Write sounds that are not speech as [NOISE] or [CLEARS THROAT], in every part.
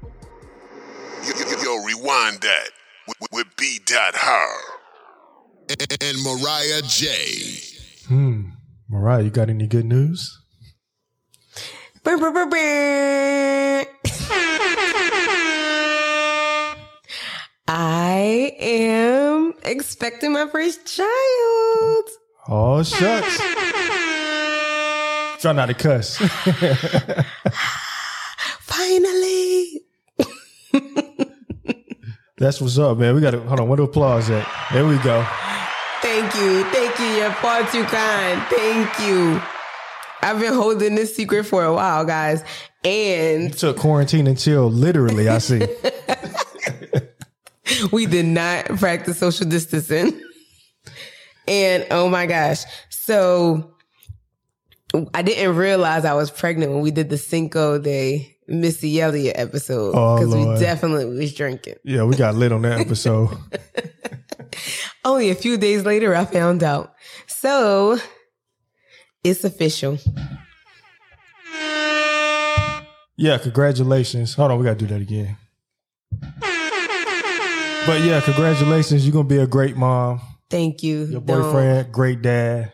Yo, yo, yo, rewind that with, with B. Dot Har and, and Mariah J. Hmm. Mariah, you got any good news? Brr, brr, brr, brr. I am expecting my first child. Oh shucks. Try not to cuss. [LAUGHS] Finally. That's what's up, man. We got to hold on. What the applause at? There we go. Thank you. Thank you. You're far too kind. Thank you. I've been holding this secret for a while, guys. And You took quarantine and chill literally. I see. we did not practice social distancing. And oh my gosh. So I didn't realize I was pregnant when we did the Cinco de Missy Elliott episode. Oh, Because Lord. we definitely was drinking. Yeah, we got lit on that episode. Only a few days later I found out. So it's official. Yeah, congratulations. Hold on, we gotta do that again. But yeah, congratulations. You're gonna be a great mom. Thank you. Your Don't- boyfriend, great dad.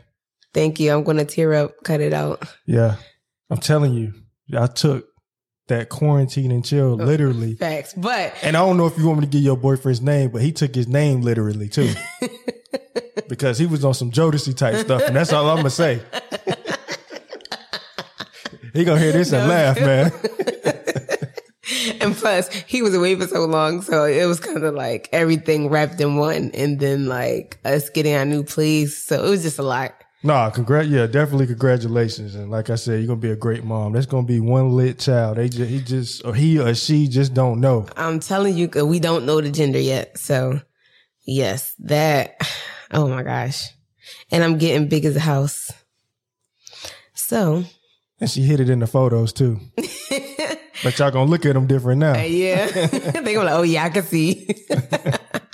Thank you. I'm gonna tear up, cut it out. Yeah. I'm telling you, I took that quarantine and chill literally. Facts. But And I don't know if you want me to give your boyfriend's name, but he took his name literally too. because he was on some Jodeci type stuff, and that's all I'm gonna say. he gonna hear this and laugh, man. [LAUGHS] And plus, he was away for so long, so it was kind of like everything wrapped in one, and then like us getting our new place, so it was just a lot. Nah, congrat. Yeah, definitely congratulations. And like I said, you're gonna be a great mom. That's gonna be one lit child. They just, he just, or he or she just don't know. I'm telling you, 'cause we don't know the gender yet, so yes, that. [SIGHS] Oh my gosh, and I'm getting big as a house. [LAUGHS] So And she hit it in the photos too. but y'all gonna look at them different now. yeah, [LAUGHS] they gonna like, oh yeah, I [LAUGHS] can see. [LAUGHS]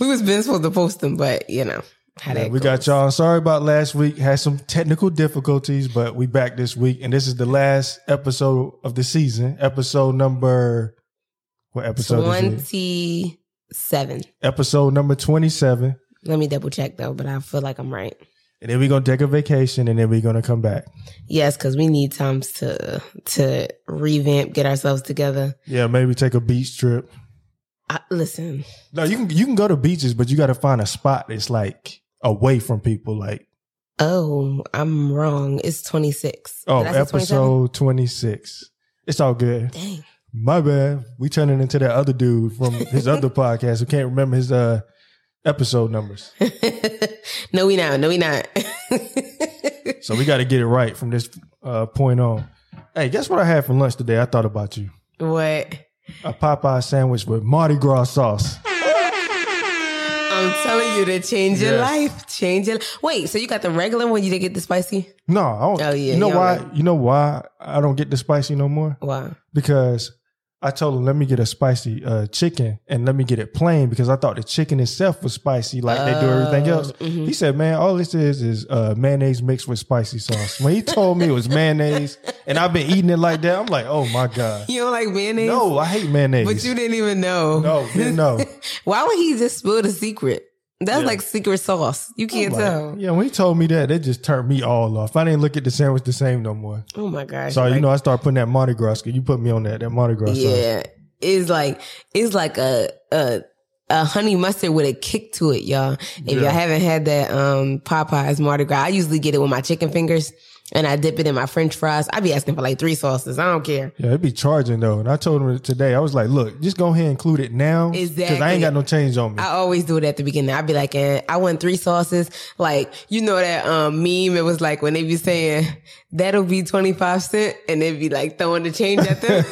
we was been supposed to post them, but you know how Yeah, that we got goes. y'all. Sorry about last week. Had some technical difficulties, but we back this week, and this is the last episode of the season. Episode number what episode is it? twenty-seven. Episode number twenty seven. Let me double check though, but I feel like I'm right. And then we're gonna take a vacation, and then we're gonna come back. Yes, because we need times to to revamp, get ourselves together. Yeah, maybe take a beach trip. I, listen, No, you can you can go to beaches, but you got to find a spot that's like away from people. Like oh, I'm wrong. It's 26. oh, Did I say 27? episode twenty six. It's all good. Dang. [LAUGHS] My bad. We turning into that other dude from his [LAUGHS] other podcast who can't remember his uh episode numbers. no, we not. No, we not. [LAUGHS] So we got to get it right from this uh point on. Hey, guess what I had for lunch today? I thought about you. what? A Popeye sandwich with Mardi Gras sauce. I'm telling you to change your Yes. life. Change your Wait, so you got the regular one? You didn't get the spicy? No, I don't, Oh, yeah, you know y'all why? right. You know why I don't get the spicy no more? Wow. Because I told him let me get a spicy uh, chicken and let me get it plain because I thought the chicken itself was spicy like they do everything Oh, else. mm-hmm. He said, "Man, all this is is uh, mayonnaise mixed with spicy sauce." When he told me it was [LAUGHS] mayonnaise and I've been eating it like that, I'm like, "Oh my god, You don't like mayonnaise? no, I hate mayonnaise." But you didn't even know. [LAUGHS] no, didn't know. Why would he just spill the secret? That's Yeah. Oh like secret sauce. You can't Like, tell. Yeah, when he told me that, it just turned me all off. I didn't look at the sandwich the same no more. Oh my gosh. So you like- know, I started putting that Mardi Gras. You put me on that that Mardi Gras. sauce. Yeah. It's like it's like a a a honey mustard with a kick to it, y'all. If y'all Yeah. haven't had that um Popeyes Mardi Gras, I usually get it with my chicken fingers and I dip it in my French fries. I be asking for like three sauces. I don't care. Yeah, it'd be charging though. And I told him today, I was like, look, just go ahead and include it now. Because I Exactly. ain't got no change on me. I always do it at the beginning. I'd be like, eh, I want three sauces. Like, you know that um meme? It was like when they be saying, that'll be 25 cent and they'd be like throwing the change at them.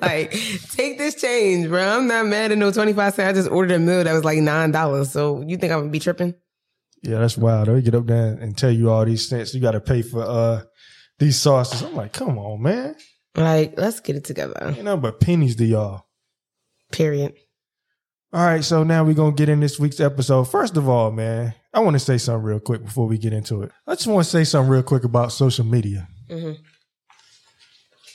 [LAUGHS] like, take this change, bro. I'm not mad at no 25 cent. I just ordered a meal that was like $9. So you think I'm gonna be tripping? Yeah, that's wild. They get up there and tell you all these cents. You got to pay for uh these sauces. I'm like, come on, man. Like, let's get it together. You know, but pennies to y'all. Period. All right, so now we're gonna get in this week's episode. First of all, man, I want to say something real quick before we get into it. I just want to say something real quick about social media. Mm-hmm.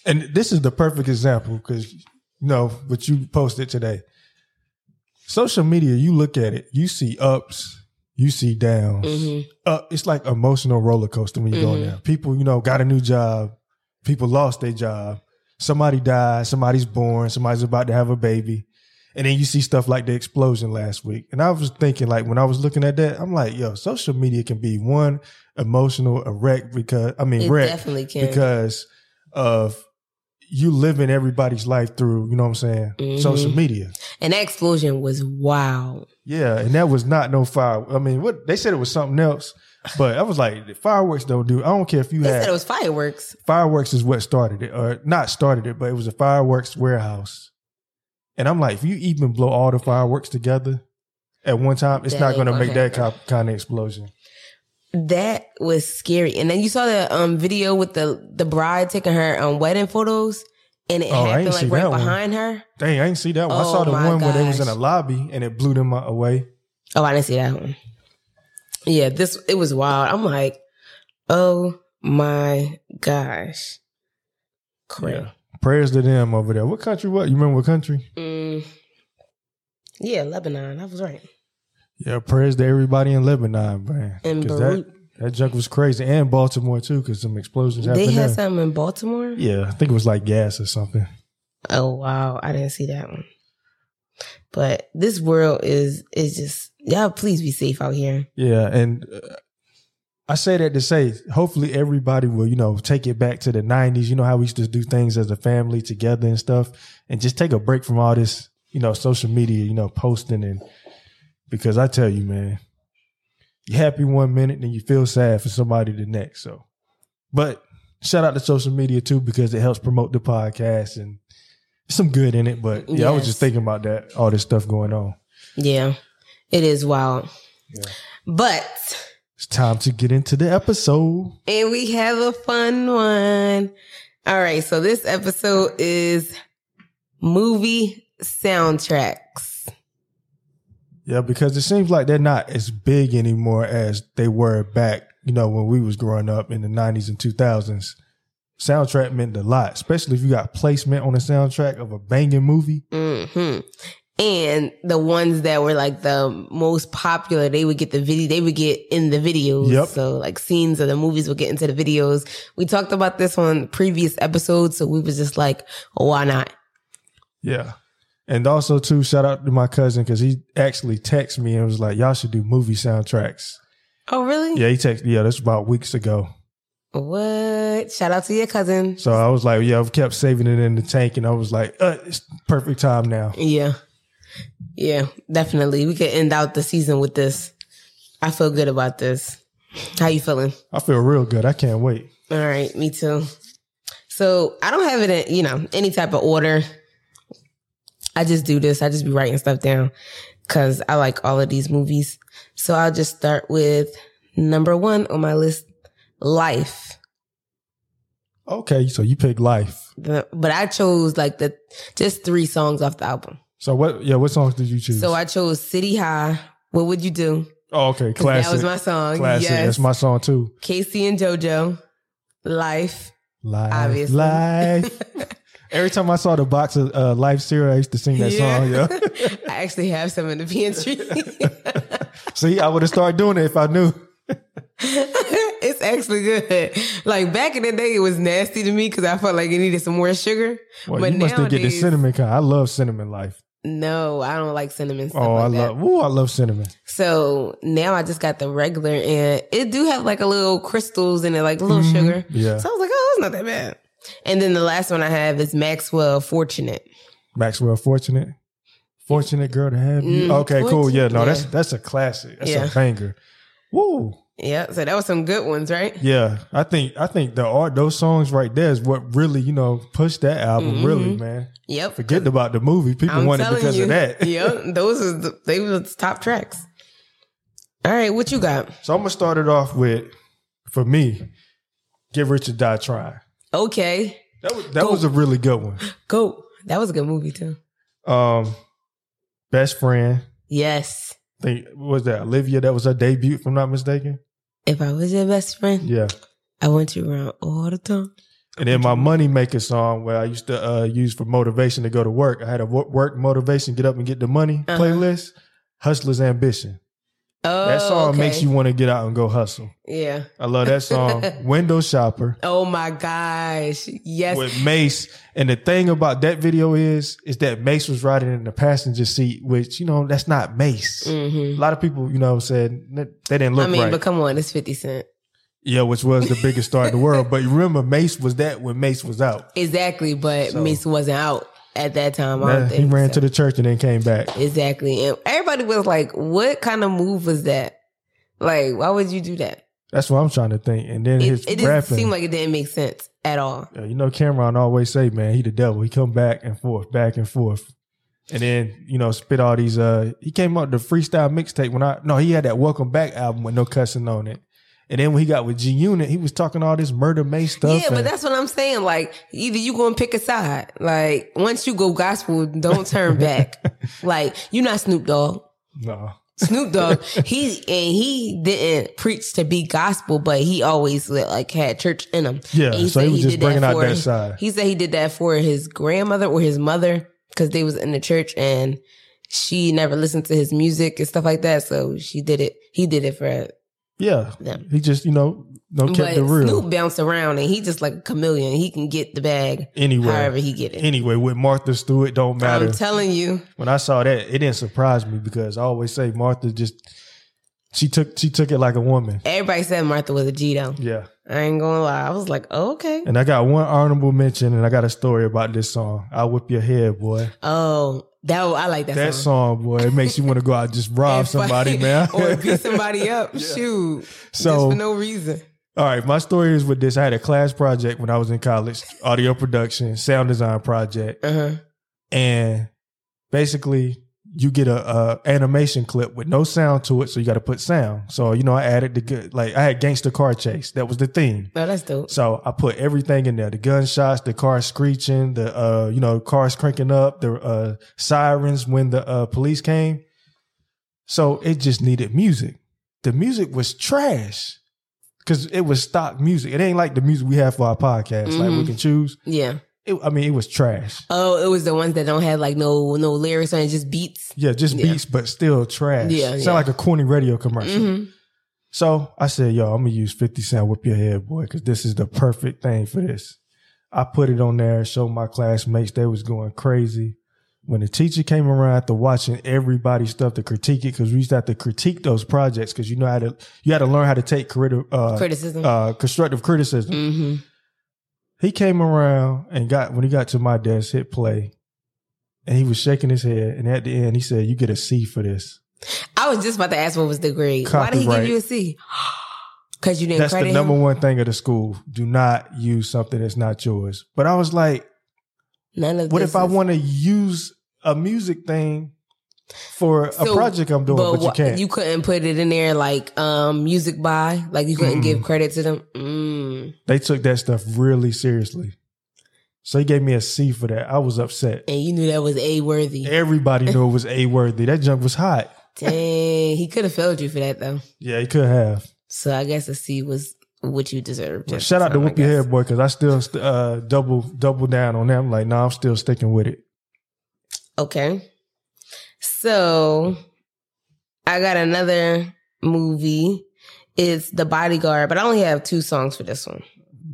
And this is the perfect example because you know what you posted today. Social media, you look at it, you see ups, you see downs. Mm-hmm. Uh, it's like emotional roller coaster when you go in there. People, you know, got a new job, people lost their job, somebody died, somebody's born, somebody's about to have a baby. And then you see stuff like the explosion last week. And I was thinking, like, when I was looking at that, I'm like, yo, social media can be one emotional a wreck because, I mean, It wreck definitely can. because of you living everybody's life through, you know what I'm saying? Social Mm-hmm. media. and that explosion was wild. Yeah. And that was not no fire. I mean, what they said it was something else, but I was like, fireworks don't do, I don't care if you They had said it was fireworks. fireworks is what started it, or not started it, but it was a fireworks warehouse. And I'm like, if you even blow all the fireworks together at one time, it's That not ain't going to gonna make that happen. ki- kind of explosion. That was scary. And then you saw the um video with the the bride taking her um wedding photos, and it Oh, I happened ain't see like right that one. behind her. Dang, I ain't see that one. I Oh saw the my one where they was in gosh. a lobby and it blew them a- away. Oh, I didn't see that one. Yeah, this it was wild. I'm like, oh my gosh, crap. Prayers to them over there. What country? What you remember? What country? Yeah. Mm, yeah, Lebanon. I was right. Yeah, prayers to everybody in Lebanon, man. And 'Cause that Beirut. that junk was crazy, and Baltimore too, because some explosions They happened had there. something in Baltimore. yeah, I think it was like gas or something. Oh wow, I didn't see that one. But this world is is just y'all. Please be safe out here. Yeah, and uh, I say that to say, hopefully everybody will, you know, take it back to the '90s. You know how we used to do things as a family together and stuff, and just take a break from all this, you know, social media, you know, posting and because I tell you, man, you're happy one minute, then you feel sad for somebody the next. So, but shout out to social media too because it helps promote the podcast and some good in it. But yeah, I was Yes. just thinking about that, all this stuff going on. Yeah, it is wild. Yeah. But It's time to get into the episode. and we have a fun one. All right, so this episode is movie soundtracks. Yeah, because it seems like they're not as big anymore as they were back, you know, when we was growing up in the nineties and two thousands. Soundtrack meant a lot, especially if you got placement on the soundtrack of a banging movie. hmm And the ones that were like the most popular, they would get the video, they would get in the videos. Yep. So like scenes of the movies would get into the videos. We talked about this on previous episodes, so we was just like, why not? Yeah. And also too, shout out to my cousin because he actually texted me and was like, Y'all should do movie soundtracks. Oh, really? Yeah, he texted yeah, that's about weeks ago. What? Shout out to your cousin. So I was like, Yeah, I've kept saving it in the tank and I was like, uh, it's perfect time now. Yeah. Yeah, definitely. We could end out the season with this. I feel good about this. How you feeling? I feel real good. I can't wait. All right, me too. So I don't have it in, you know, any type of order. I just do this. I just be writing stuff down because I like all of these movies. So I'll just start with number one on my list, Life. Okay, so you pick life. The- but I chose like the just three songs off the album. So what yeah, what songs did you choose? So I chose City High. What would you do? Oh, okay. 'Cause Classic. That was my song. Classic. Yes. That's my song too. Casey and JoJo. Life. Life. Obviously. [LAUGHS] Life. Every time I saw the box of uh, Life cereal, I used to sing that song. [LAUGHS] Yeah. I actually have some in the pantry. [LAUGHS] See, I would have started doing it if I knew. it's actually good. Like back in the day, it was nasty to me because I felt like it needed some more sugar. Well, but you must have get the nowadays- cinnamon kind. I love cinnamon life. No, I don't like cinnamon stuff Oh, like I that. love. Ooh, I love cinnamon. so now I just got the regular, and it do have like a little crystals in it, like a little sugar. Mm-hmm. Yeah. So I was like, oh, it's not that bad. And then the last one I have is Maxwell Fortunate. Maxwell, fortunate, fortunate girl to have you. Mm, okay, cool. Yeah, no, fortunate. that's that's a classic. That's Yeah. a banger. Woo. Yeah, so that was some good ones, right? Yeah, I think I think the art those songs right there is what really you know pushed that album. Really, Mm-hmm. man. Yep. Forget about the movie. People I'm want it [LAUGHS] telling because you. of that. yeah, those are the, they were the top tracks. All right, what you got? So I'm gonna start it off with, for me, get rich or die trying. Okay, That was that Go. was a really good one. go. That was a good movie too. Um, best friend. Yes. I think what was that Olivia? That was her debut, if I'm not mistaken. If I was your best friend, Yeah. I want you around all the time. And then my money maker song, where I used to uh, use for motivation to go to work. I had a wo- work motivation, get up and get the money Uh-huh. playlist. Hustler's ambition. Oh, That song okay. makes you want to get out and go hustle. Yeah. I love that [LAUGHS] song. Window shopper Oh my gosh. Yes. with Mace. And the thing about that video is, is that Mace was riding in the passenger seat, which you know that's not Mace. A hmm lot of people, you know, said that- they didn't look I mean, right. but come on, it's Fifty Cent. yeah, which was the biggest star in the world. But you remember, Mace was that when Mace was out. Exactly, but So- Mace wasn't out at that time. I Nah, don't he think ran so. to the church and then came back. Exactly. And everybody was like, what kind of move was that? Like, why would you do that? That's what I'm trying to think. And then It, his it didn't rapping. seem like it didn't make sense at all. Yeah, Uh, you know, Cameron always say, man, he the devil. He come back and forth, back and forth. And then, you know, spit all these uh he came up with the freestyle mixtape when I no, he had that welcome back album with no cussing on it. And then when he got with G Unit, he was talking all this murder May stuff. yeah, but and- that's what I'm saying. Like, either you gonna pick a side. Like, once you go gospel, don't [LAUGHS] turn back. like, you're not Snoop Dogg. no. Snoop Dogg, he and he didn't preach to be gospel, but he always like had church in him. Yeah, And he so said he was just did that bringing out for that his- side. He said he did that for his grandmother or his mother because they was in the church and she never listened to his music and stuff like that. So she did it. He did it for Yeah. them. He just, you know, no But kept the real. Snoop bounced around and he just like a chameleon. He can get the bag anyway. however he get it. Anyway, with Martha Stewart, don't matter. I'm telling you, when I saw that, it didn't surprise me because I always say Martha just she took she took it like a woman. everybody said Martha was a G though. Yeah. I ain't gonna lie. I was like, oh, okay. And I got one honorable mention, and I got a story about this song. I whip your head, boy. Oh, that I like that, that song. song, boy, it makes you want to go out and just [LAUGHS] rob and fight somebody, man. or [LAUGHS] beat somebody up. Shoot. So- just for no reason. All right, my story is with this. I had a class project when I was in college, audio production, sound design project, Uh-huh. and basically you get a, a animation clip with no sound to it, so you got to put sound. So you know, I added the good, like I had gangster car chase. That was the theme. No, that's dope. So I put everything in there: the gunshots, the cars screeching, the uh, you know, cars cranking up, the uh, sirens when the uh, police came. So it just needed music. The music was trash because it was stock music. It ain't like the music we have for our podcast. Like we Mhm. can choose. Yeah. It, I mean, it was trash. Oh, it was the ones that don't have like no no lyrics on it, just beats. Yeah, just Yeah. beats, but still trash. Yeah, sound yeah. like a corny radio commercial. hmm So I said, yo, I'm gonna use 50 Cent Whip Your Head Boy, because this is the perfect thing for this. I put it on there, showed my classmates, they was going crazy. When the teacher came around after watching everybody's stuff to critique it, because we used to have to critique those projects, because you know how to you had to learn how to take criti- uh, Criticism. uh, constructive criticism. hmm He came around and got when he got to my desk, hit play, and he was shaking his head. And at the end, he said, "You get a C for this." I was just about to ask what was the grade. Why did he give Copyright. you a C? [GASPS] Because you didn't that's the credit number him? one thing of the school. Do not use something that's not yours. But I was like, None of what this if I is- want to use a music thing for a So, project I'm doing, but, wha- you can't? you couldn't put it in there like um music by like you couldn't Mm-mm. give credit to them. Mm. they took that stuff really seriously. So he gave me a C for that. I was upset. And you knew that was a worthy. Everybody knew it was A worthy. That junk was hot. Dang, he could have failed you for that though. Yeah, he could have. So I guess a C was what you deserved. But shout out to So I Whoop Your guess- Head Boy because I still st- uh, double double down on that. I'm like, nah, I'm still sticking with it. Okay. So I got another movie. It's The Bodyguard, but I only have two songs for this one.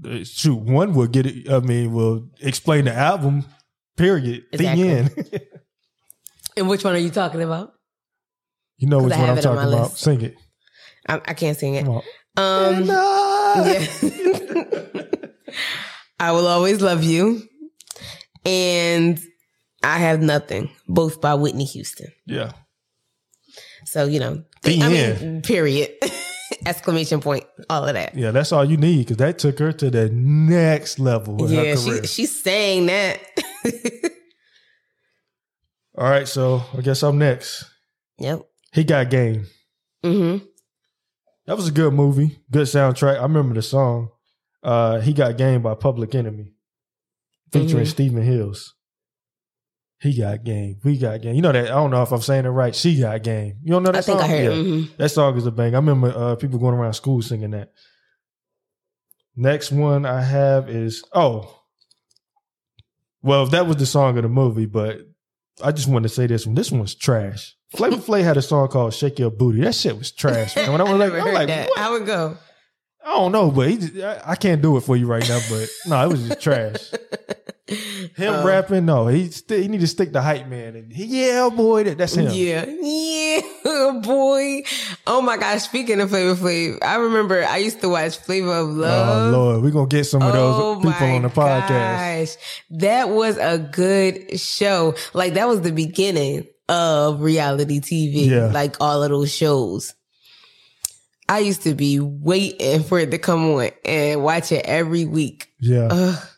Uh, Shoot, one will get it. I mean, will explain the album. Period. Exactly. The end. [LAUGHS] And which one are you talking about? You know 'Cause which I one have I'm it on talking my about. list. Sing it. I, I can't sing it. Come on. Um, yeah. yeah. [LAUGHS] I will always love you. And I have nothing, both by Whitney Houston. yeah. So, you know, The I mean, end. period. [LAUGHS] Exclamation point, all of that. Yeah, that's all you need because that took her to the next level in her Yeah, career. she, she's saying that. [LAUGHS] all right, so I guess I'm next. yep. He got game. hmm That was a good movie, good soundtrack. I remember the song. Uh, he got gamed by Public Enemy, featuring Mhm. Stephen Hills. He got game. We got game. You know that. I don't know if I'm saying it right. She got game. You don't know that I think song? I heard. Yeah. mhm. That song is a bang. I remember uh, people going around school singing that. Next one I have is oh, well that was the song of the movie, but I just wanted to say this one. This one's trash. Flavor Flay had a song called "Shake Your Booty." That shit was trash. Man. When [LAUGHS] I was like, never I'm heard like, that. what? I would go. I don't know, but he just, I, I can't do it for you right now. But no, it was just [LAUGHS] trash. Him Um, rapping, no, he st- he need to stick to hype man, and he, yeah, boy, that, that's him. Yeah, yeah, [LAUGHS] boy. Oh my gosh! Speaking of Flavor Flav, I remember I used to watch Flavor of Oh Love. Oh, Lord, we gonna get some of those people my on the podcast. Gosh. That was a good show. Like that was the beginning of reality TV. Yeah. Like all of those shows. I used to be waiting for it to come on and watch it every week. Yeah. Ugh, Oh,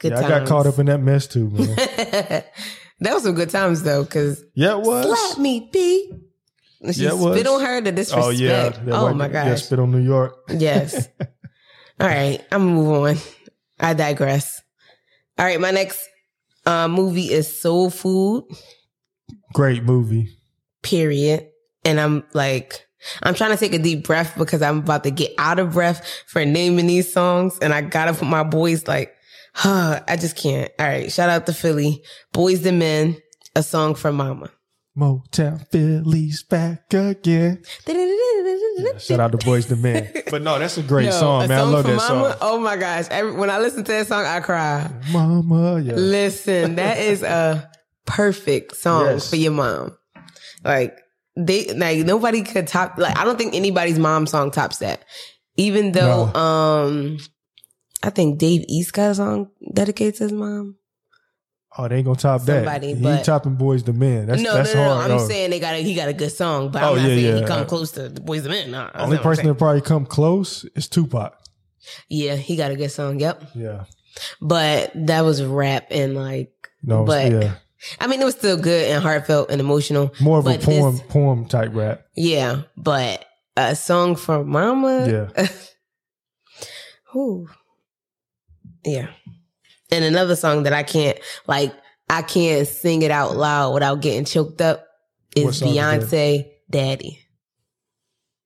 good yeah, times. I got caught up in that mess too, [LAUGHS] man. that was some good times though, because yeah, it slap was. me, B. And She Yeah, it was. spit on her to disrespect. Oh yeah. That oh white- my Yeah, gosh. spit on New York. Yes. All right, I'm gonna move on. I digress. All right, my next uh, movie is Soul Food. Great movie. Period. And I'm like, I'm trying to take a deep breath because I'm about to get out of breath for naming these songs, and I gotta put my boys like, huh, I just can't. All right, shout out to Philly, Boys the Men, a song for Mama. Motown Philly's back again. Yeah, shout out to Boys the [LAUGHS] Man. But no, that's a great Yo, song, a man. I love for that Mama. song. Oh my gosh! Every, when I listen to that song, I cry. Mama, yeah. Listen, that is a perfect song Yes. for your mom. Like they like nobody could top like I don't think anybody's mom song tops that. Even though No. um I think Dave East got a song dedicated to his mom. Oh, they ain't gonna top that. Somebody, he but- topping Boys the Man. That's no, that's no, no, hard. no. I'm though. saying they got a, he got a good song, but Oh, I'm not yeah, saying yeah. he come close to the boys and men. Nah, that's Only not what I'm person that probably come close is Tupac. saying. Yeah, he got a good song. Yep. Yeah. But that was rap and like No, But- yeah. I mean it was still good and heartfelt and emotional. More of a but this- poem poem type rap. Yeah, but a song for mama. Yeah. Who? Yeah. And another song that I can't like I can't sing it out loud without getting choked up What is song is that? Beyonce Daddy.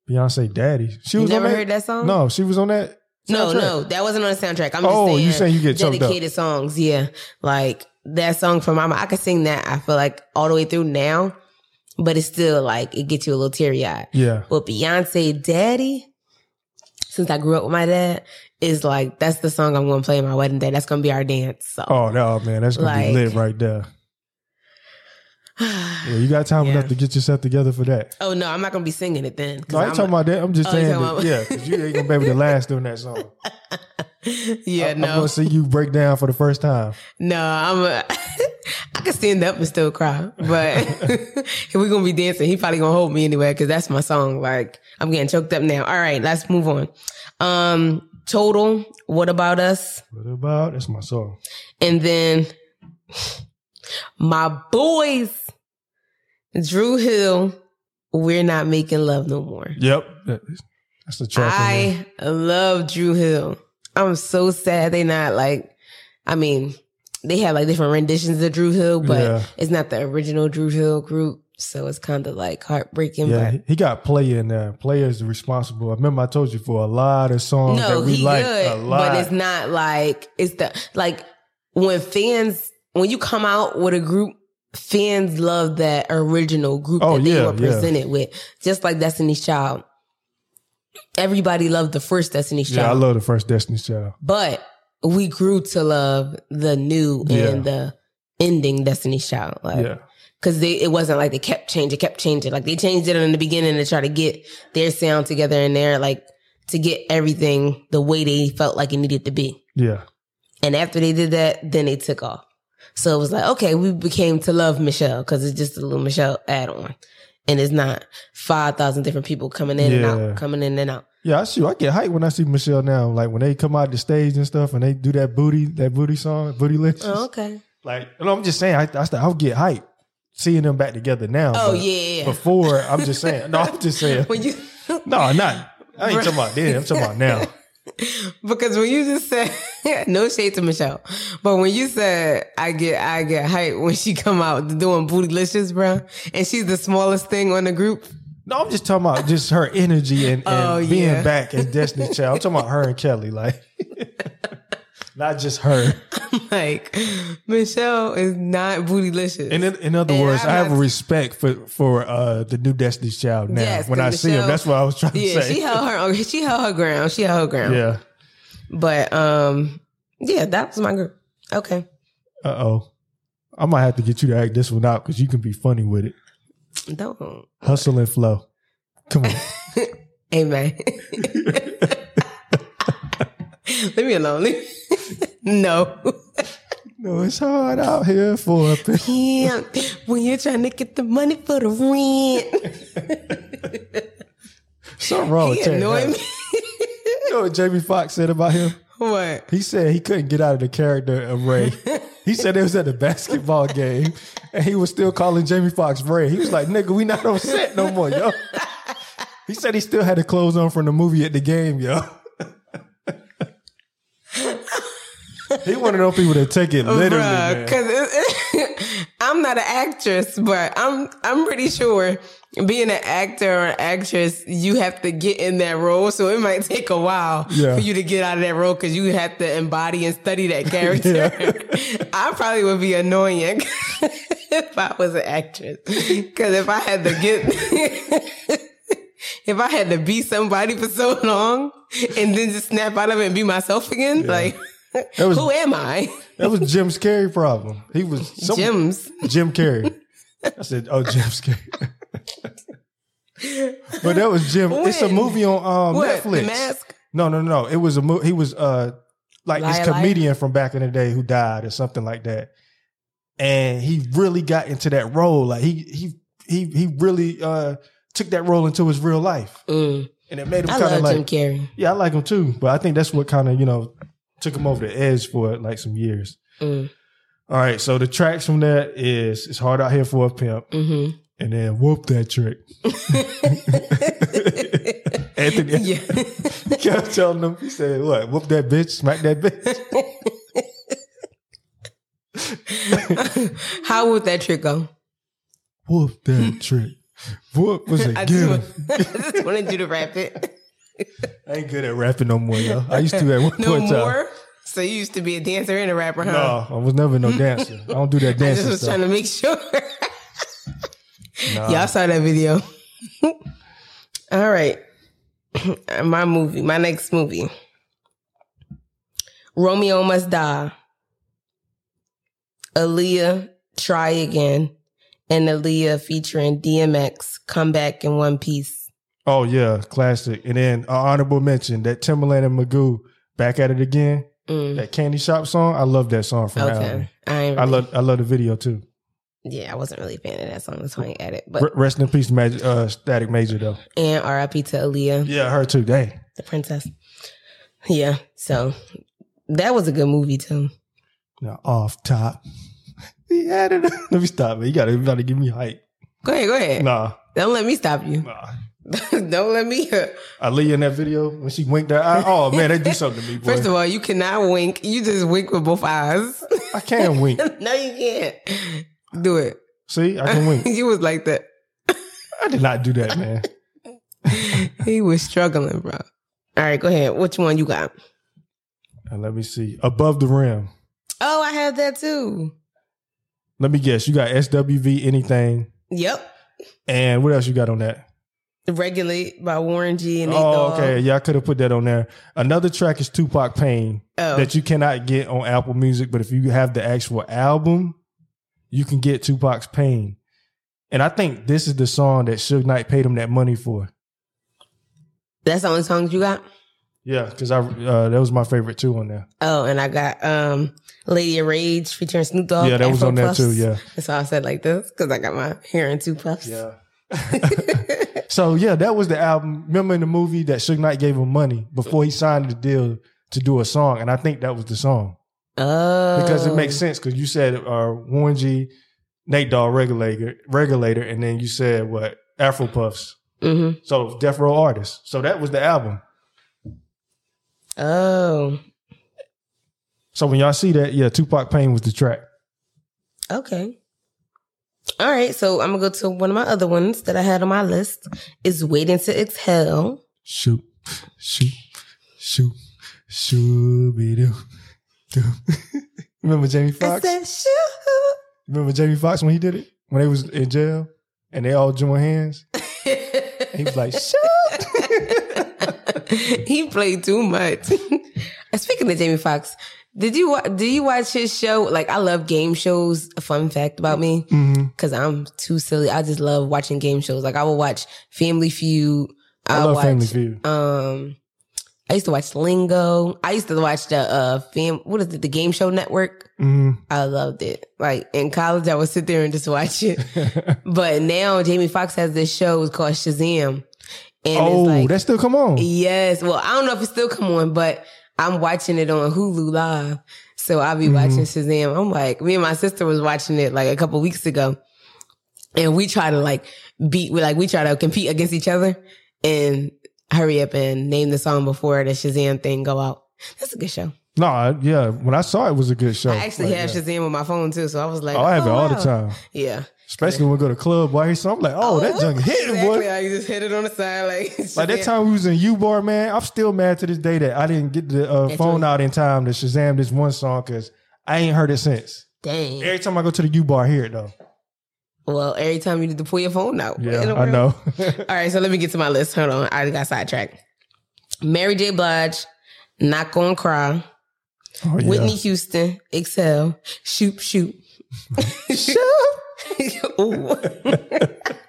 Beyonce Daddy. She You was never on heard that song? No, she was on that. No, soundtrack. no, that wasn't on the soundtrack. I'm just Oh, saying, you saying you get choked up. dedicated songs, yeah. Like that song for mama. I could sing that, I feel like, all the way through now, but it's still like it gets you a little teary eyed. Yeah. But Beyonce Daddy, since I grew up with my dad, is like that's the song I'm gonna play on my wedding day. That's gonna be our dance. So Oh no, man, that's gonna be Like- lit right there. [SIGHS] Yeah, you got time Yeah. enough to get yourself together for that. oh no, I'm not gonna be singing it then. 'cause No, I ain't I'm- talking about that. I'm just Oh, you saying, talking that, about- yeah, 'cause you ain't gonna be able to last doing that song. [LAUGHS] Yeah, I- I'm no, gonna see you break down for the first time. no, I'm. A, [LAUGHS] I could stand up and still cry, but [LAUGHS] if we're gonna be dancing, he probably gonna hold me anyway because that's my song. Like I'm getting choked up now. All right, let's move on. Um, total. What about us? What about that's my song? And then my boys, Drew Hill, we're not making love no more. Yep, that- that's the track. on there. I love Drew Hill. I'm so sad they not like, I mean, they have like different renditions of Drew Hill, but Yeah. it's not the original Drew Hill group. So it's kind of like heartbreaking. yeah, but he- he got player in there. Player is responsible. I remember I told you for a lot of songs no, that we he like good, a lot. but it's not like it's the like when fans when you come out with a group, fans love that original group Oh, that they yeah, were yeah. presented with, just like Destiny's Child. Everybody loved the first Destiny's yeah, I Child, love the first Destiny's Child. but we grew to love the new Yeah. and the ending Destiny's Child, like yeah, because they it wasn't like they kept changing, kept changing. Like they changed it in the beginning to try to get their sound together in there, like to get everything the way they felt like it needed to be. yeah, And after they did that, then they took off. So it was like, okay, we became to love Michelle because it's just a little Michelle add on, and it's not five thousand different people coming in and Yeah. out, coming in and out. yeah. I see. I get hyped when I see Michelle now. Like when they come out the stage and stuff, and they do that booty, that booty song, booty lift. Oh, okay. Like, no, I'm just saying, I, I, still- I'll get hype seeing them back together now. Oh but yeah. yeah, yeah. [LAUGHS] Before, I'm just saying. No, I'm just saying. When you No, not. I ain't talking about then. I'm talking about now. because when you just said [LAUGHS] no shade to Michelle, but when you said I get I get hype when she come out doing bootylicious, bro, and she's the smallest thing on the group. [LAUGHS] No, I'm just talking about just her energy and, and Oh, being yeah. back as Destiny Child. I'm talking about her and Kelly, like [LAUGHS] not just her. Like Michelle is not bootylicious. In in other And words, I'm I have a not- respect for for uh, the new Destiny Child now. Yes, when 'cause I see him, Michelle- that's what I was trying to yeah, say. she held her she held her ground. She held her ground. yeah. But um, yeah, that was my group. Okay, Uh oh. I might have to get you to act this one out because you can be funny with it. don't. Hustle and flow. Come on. Amen. [LAUGHS] Leave me alone. [LAUGHS] Leave no. [LAUGHS] no, it's hard out here for a bitch. Yeah, when you're trying to get the money for the rent, Something wrong he with Terry. annoyed Hatton. me. You know what Jamie Foxx said about him? [LAUGHS] what? He said he couldn't get out of the character of [LAUGHS] Ray. he said it was at the basketball game and he was still calling Jamie Foxx Ray. He was like, nigga, we not on set no more, yo. he said he still had the clothes on from the movie at the game, yo. he one of those people that take it literally. man. because [LAUGHS] I'm not an actress, but I'm I'm pretty sure being an actor or an actress, you have to get in that role. So it might take a while Yeah. for you to get out of that role because you have to embody and study [LAUGHS] that character. [LAUGHS] I probably would be annoying [LAUGHS] if I was an actress because if I had to get. [LAUGHS] If I had to be somebody for so long and then just snap out of it and be myself again, like, That was- who am I? That was Jim Carrey problem. He was some, Jim Jim's. Jim Carrey. I said, "Oh, Jim Carrey." but that was Jim. It's a When? movie on um, What, The Netflix. Mask? No, no, no. It was a movie. He was uh like this Liar, liar. comedian from back in the day who died or something like that, and he really got into that role. Like he he he he really uh took that role into his real life, Mm. and it made him I kind of love like Jim Carrey. yeah, I like him too. But I think that's what kind of you know took him over the edge for like some years. Mm. All right, so the tracks from that is "It's Hard Out Here for a Pimp," hmm and then "Whoop That [LAUGHS] Trick." [LAUGHS] Anthony Yeah. kept telling them, he said, "What? Whoop that bitch, smack that bitch." [LAUGHS] How would that trick go? Whoop that trick. [LAUGHS] Whoop was it? I Get just, 'em. want, [LAUGHS] I just wanted you to rap it. I ain't good at rapping no more, yo. I used to at one No point. more. So you used to be a dancer and a rapper, huh? No, I was never no dancer. I don't do that [LAUGHS] I just dancing was stuff. trying to make sure. Nah. Y'all saw that video. [LAUGHS] All right. [CLEARS THROAT] my movie, my next movie. Romeo Must Die. Aaliyah, Try Again. And Aaliyah featuring DMX, Come Back in One Piece. Oh yeah, classic. And then uh, honorable mention that Timberland and Magoo back at it again. Mm, That candy shop song. I love that song from that album. okay. I, ain't I really- love I love the video too. Yeah, I wasn't really a fan of that song. That's why I ain't at it. But R- rest in peace, Magic, uh, Static Major though. and RIP to Aaliyah, Yeah, her too. Dang. the princess. Yeah. So that was a good movie too. Now off top. [LAUGHS] He added. [LAUGHS] Let me stop it. You gotta, you gotta give me hype. Go ahead, go ahead. Nah, Don't let me stop you. nah. [LAUGHS] Don't let me. Aaliyah in that video when she winked her eye. Oh man, [LAUGHS] they do something to me, boy. First of all, you cannot wink. You just wink with both eyes. [LAUGHS] I can wink. no, you can't. Do it. [LAUGHS] See, I can wink. you was like that. [LAUGHS] I did not do that, man. He was struggling, bro. All right, go ahead. Which one you got? Uh, let me see. Above the rim. Oh, I have that too. Let me guess. You got SWV anything, Yep. and what else you got on that? Regulate by Warren G and Nate Oh, Dogg. okay. Yeah, I could have put that on there. Another track is Tupac Pain. Oh, that you cannot get on Apple Music, but if you have the actual album, you can get Tupac's Pain. And I think this is the song that Suge Knight paid him that money for. that's the only songs you got. Yeah, because I uh, that was my favorite too on there. Oh, and I got um Lady of Rage featuring Snoop Dogg. yeah, that was Afro on there Puffs. too. Yeah, That's why I said like this because I got my hair in two puffs. so yeah, that was the album. Remember in the movie that Suge Knight gave him money before he signed the deal to do a song, and I think that was the song [LAUGHS] oh, because it makes sense. Because you said uh, Warren G, Nate Dogg, regulator, regulator, and then you said what Afro Puffs. Mm-hmm. So Death Row Artists. So that was the album. Oh. So when y'all see that, yeah, Tupac Pain was the track. Okay. All right, so I'm gonna go to one of my other ones that I had on my list. Is waiting to exhale. Shoot, shoot, shoot, shoot, be do. do. [LAUGHS] Remember Jamie I Foxx? said, shoot. Remember Jamie Foxx when he did it? When they was in jail and they all joined hands? He was like, shoot. [LAUGHS] he played too much. [LAUGHS] And Speaking of Jamie Foxx, did you wa- do you watch his show? Like, I love game shows. A fun fact about me, Mhm. because I'm too silly. I just love watching game shows. Like, I will watch Family Feud. I I'll love watch, Family Feud. Um, I used to watch Lingo. I used to watch the uh fam. What is it? The Game Show Network. Mhm. I loved it. Like in college, I would sit there and just [LAUGHS] watch it. but now Jamie Foxx has this show it's called Shazam, and Oh, it's like E- that still come on. [LAUGHS] Yes. Well, I don't know if it's still come on, but I'm watching it on Hulu Live. So I'll Mm-hmm. be watching Shazam. I'm like, me and my sister was watching it like a couple weeks ago. And we try to like beat, we like, we try to compete against each other and hurry up and name the song before the Shazam thing go out. That's a good show. No, I- yeah. When I saw it, it was a good show. I actually Like, have Oh, yeah. Shazam on my phone too. So I was like, Oh, I have it all wow. the time. Yeah. Especially when we go to club, boy. So I'm like, oh, that junk hitting, exactly. boy. I just hit it on the side. Like, [LAUGHS] Like that Shazam. time we was in U Bar, man. I'm still mad to this day that I didn't get the uh, That phone joint. out in time to Shazam this one song because I ain't heard it since. Dang. Every time I go to the U Bar, I hear it though. well, every time you need to pull your phone out. Yeah, It'll I work. know. [LAUGHS] All right, so let me get to my list. Hold on, I got sidetracked. Mary J. Blige, Not Gonna Cry, Oh, yeah. Whitney Houston, Excel, Shoot Shoot. Shoot. [LAUGHS] Ooh.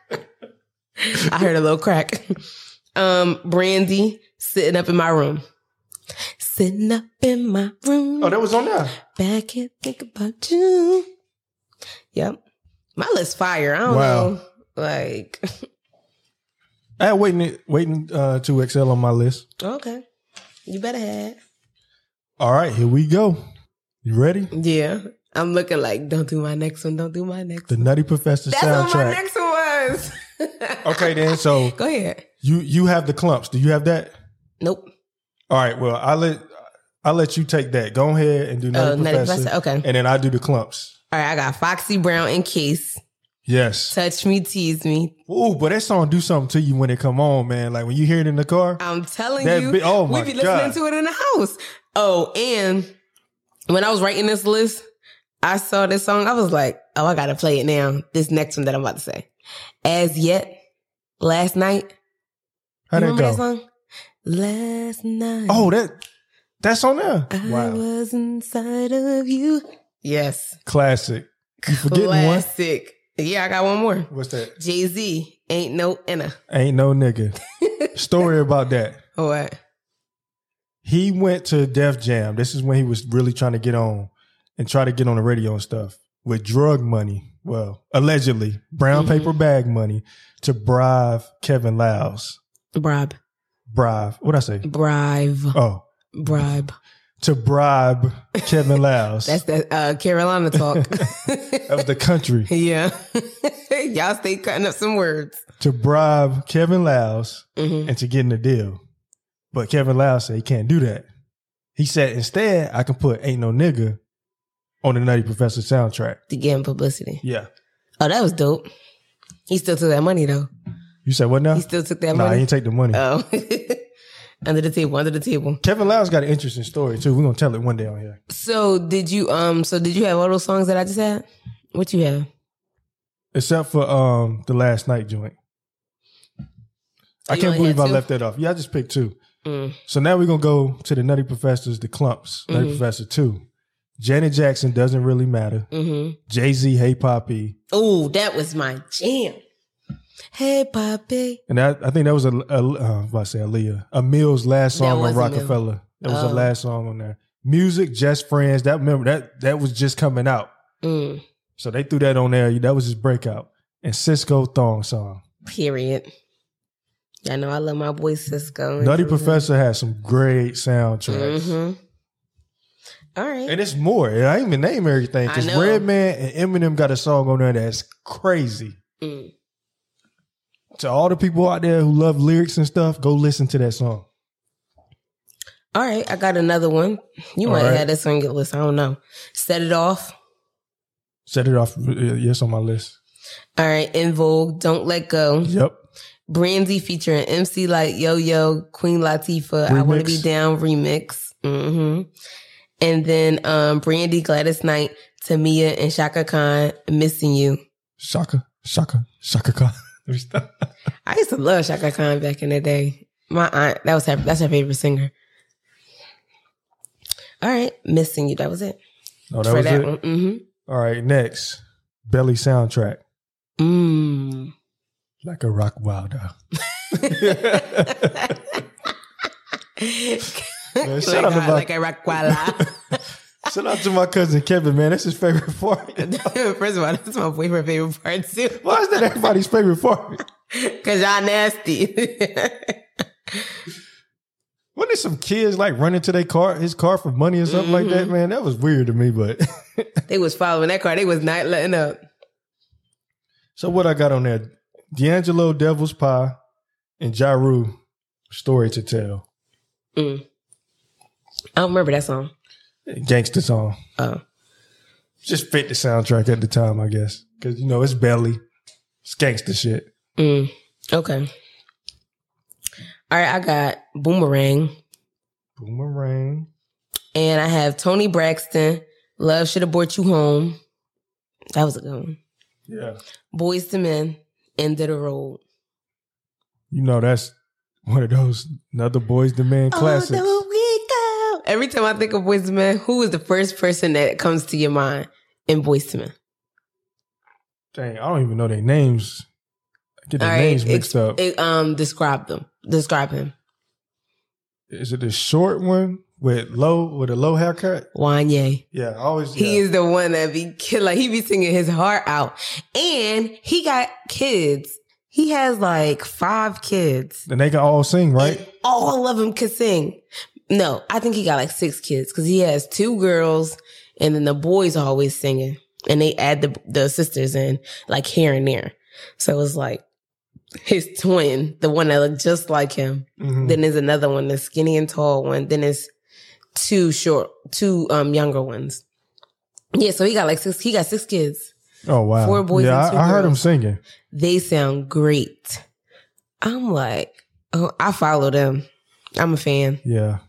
I heard a little crack. Um, Brandy, Sitting Up in My Room. Sitting up in my room. Oh, that was on there. Back here, think about you. Yep. My list fire. I don't Wow. know. Like, [LAUGHS] I had waiting, waiting uh, to excel on my list. okay. You better have. All right, here we go. You ready? Yeah. I'm looking like, don't do my next one, don't do my next The one. Nutty Professor That's what soundtrack. my next one was. [LAUGHS] okay, then. So Go ahead. you you have the clumps. Do you have that? Nope. All right. Well, I let I let you take that. Go ahead and do Oh, Nutty Nutty Professor, Professor. Okay. All and then I do the clumps. right. I got Foxy Brown and Case. Yes. Touch me, tease me. Ooh, but that song do something to you when it come on, man. Like when you hear it in the car. I'm telling That you, bi- oh we my be God. listening to it in the house. Oh, and when I was writing this list, I saw this song. I was like, oh, I gotta play it now. This next one that I'm about to say. As yet, last night. How you that remember go? that song? Last night. Oh, that that's on there. I Wow, was inside of you. Yes. classic. You forgetting one? Classic. Yeah, I got one more. What's that? Jay Z ain't no inner. Ain't no nigga. Story about that. What? He went to Def Jam. This is when he was really trying to get on and try to get on the radio and stuff with drug money. Well, allegedly brown Mhm. paper bag money to bribe Kevin Lyles. Bribe. Bribe. What I say? Bribe. Oh, Bribe. to bribe Kevin Lyles. That's that uh, Carolina [LAUGHS] talk. of the [LAUGHS] country yeah. Y'all stay cutting up some words. to bribe Kevin Lyles hmm and to get in the deal. But Kevin Lyles said he can't do that. He said instead I can put Ain't No Nigga on the Nutty Professor soundtrack. To get him publicity. Yeah. Oh, that was dope. He still took that money though. You said what now? He still took that Nah, he money. ain't take the money. Oh. [LAUGHS] under the table, under the table. Kevin Lyles got an interesting story too. We're gonna tell it one day on here. So did you um so did you have all those songs that I just had? What you have? Except for um the last night joint. Oh, I you can't only had believe I two? left that off. Yeah, I just picked two. Mm. So now we're gonna go to the Nutty Professors, the clumps, Nutty Mhm. Professor Two. Janet Jackson doesn't really matter. E. Mm-hmm. Jay Z, Hey Poppy, Oh, that was my jam. Hey, Poppy. and that, I think that was a, a uh, if I say Aaliyah, Emil's last That song on was Emil. Rockefeller. That was Oh. the last song on there. Music, just friends. That remember that that was just coming out. Mm, So they threw that on there. That was his breakout. And Cisco Thong song. period. Y'all know I love my boy Cisco. Nutty Professor has some great soundtracks. Mm-hmm. All right. And it's more. I ain't even name everything. I Because know. Redman and Eminem got a song on there that's crazy. Mm. to all the people out there who love lyrics and stuff, go listen to that song. All right, I got another one. You All might right. have this on your list. I don't know. Set it off. Set it off. Yes, on my list. All right, in vogue. Don't let go. Yep. Brandy featuring MC Light, Yo Yo, Queen Latifah. I wanna Remix. be down remix. hmm And then um Brandy, Gladys Knight, Tamia, and Shaka Khan. Missing you. Shaka, Shaka, Shaka [LAUGHS] Khan. Let me stop. I used to love Shaka Khan back in the day. My aunt, that was her. That's her favorite singer. All right, missing you. That was it No, that for was that it. one. hmm All right, next. Belly soundtrack. Mm. Like a rock wilder. [LAUGHS] shout out like, to a, my- Mm. like [LAUGHS] a Rakwala. Shout out to my cousin Kevin, man. That's his favorite part. [LAUGHS] [LAUGHS] First of all, that's my favorite favorite part too. Why is that everybody's favorite part? Cause y'all nasty. [LAUGHS] Wasn't it some kids like running to their car, his car for money or something like Mm-hmm. that, man? That was weird to me, but [LAUGHS] they was following that car. They was not letting up. so what I got on there? D'Angelo Devil's Pie and Jaru Story to Tell. Mm. I don't remember that song. Gangsta song. Oh. Just fit the soundtrack at the time, I guess. Cause you know, it's belly. It's gangsta shit. Mm. Okay. All right, I got Boomerang. Boomerang. And I have Tony Braxton. Love should have brought you home. That was a good one. Yeah. Boys to Men. End of the road. You know, that's one of those another boys the man classics. Oh, the we go. Every time I think of Boys to Men, who is the first person that comes to your mind in Boys to Men? Dang, I don't even know their names. I get their names mixed ex- up. it- um, describe them. Describe him. Is it the short one with low with a low haircut? Wanye. Yeah, I always. He yeah. is the one that be kill like he be singing his heart out. And he got kids. He has like five kids. and they can all sing, right? And all of them can sing. No, I think he got like six kids because he has two girls and then the boys are always singing. And they add the the sisters in like here and there. So it's like his twin, the one that looked just like him. Mhm. Then there's another one, the skinny and tall one. Then it's two short, two um younger ones. Yeah, so he got like six. He got six kids. oh wow, four boys Yeah, and two I, I heard them girls. singing. They sound great. I'm like, oh, I follow them. I'm a fan. Yeah.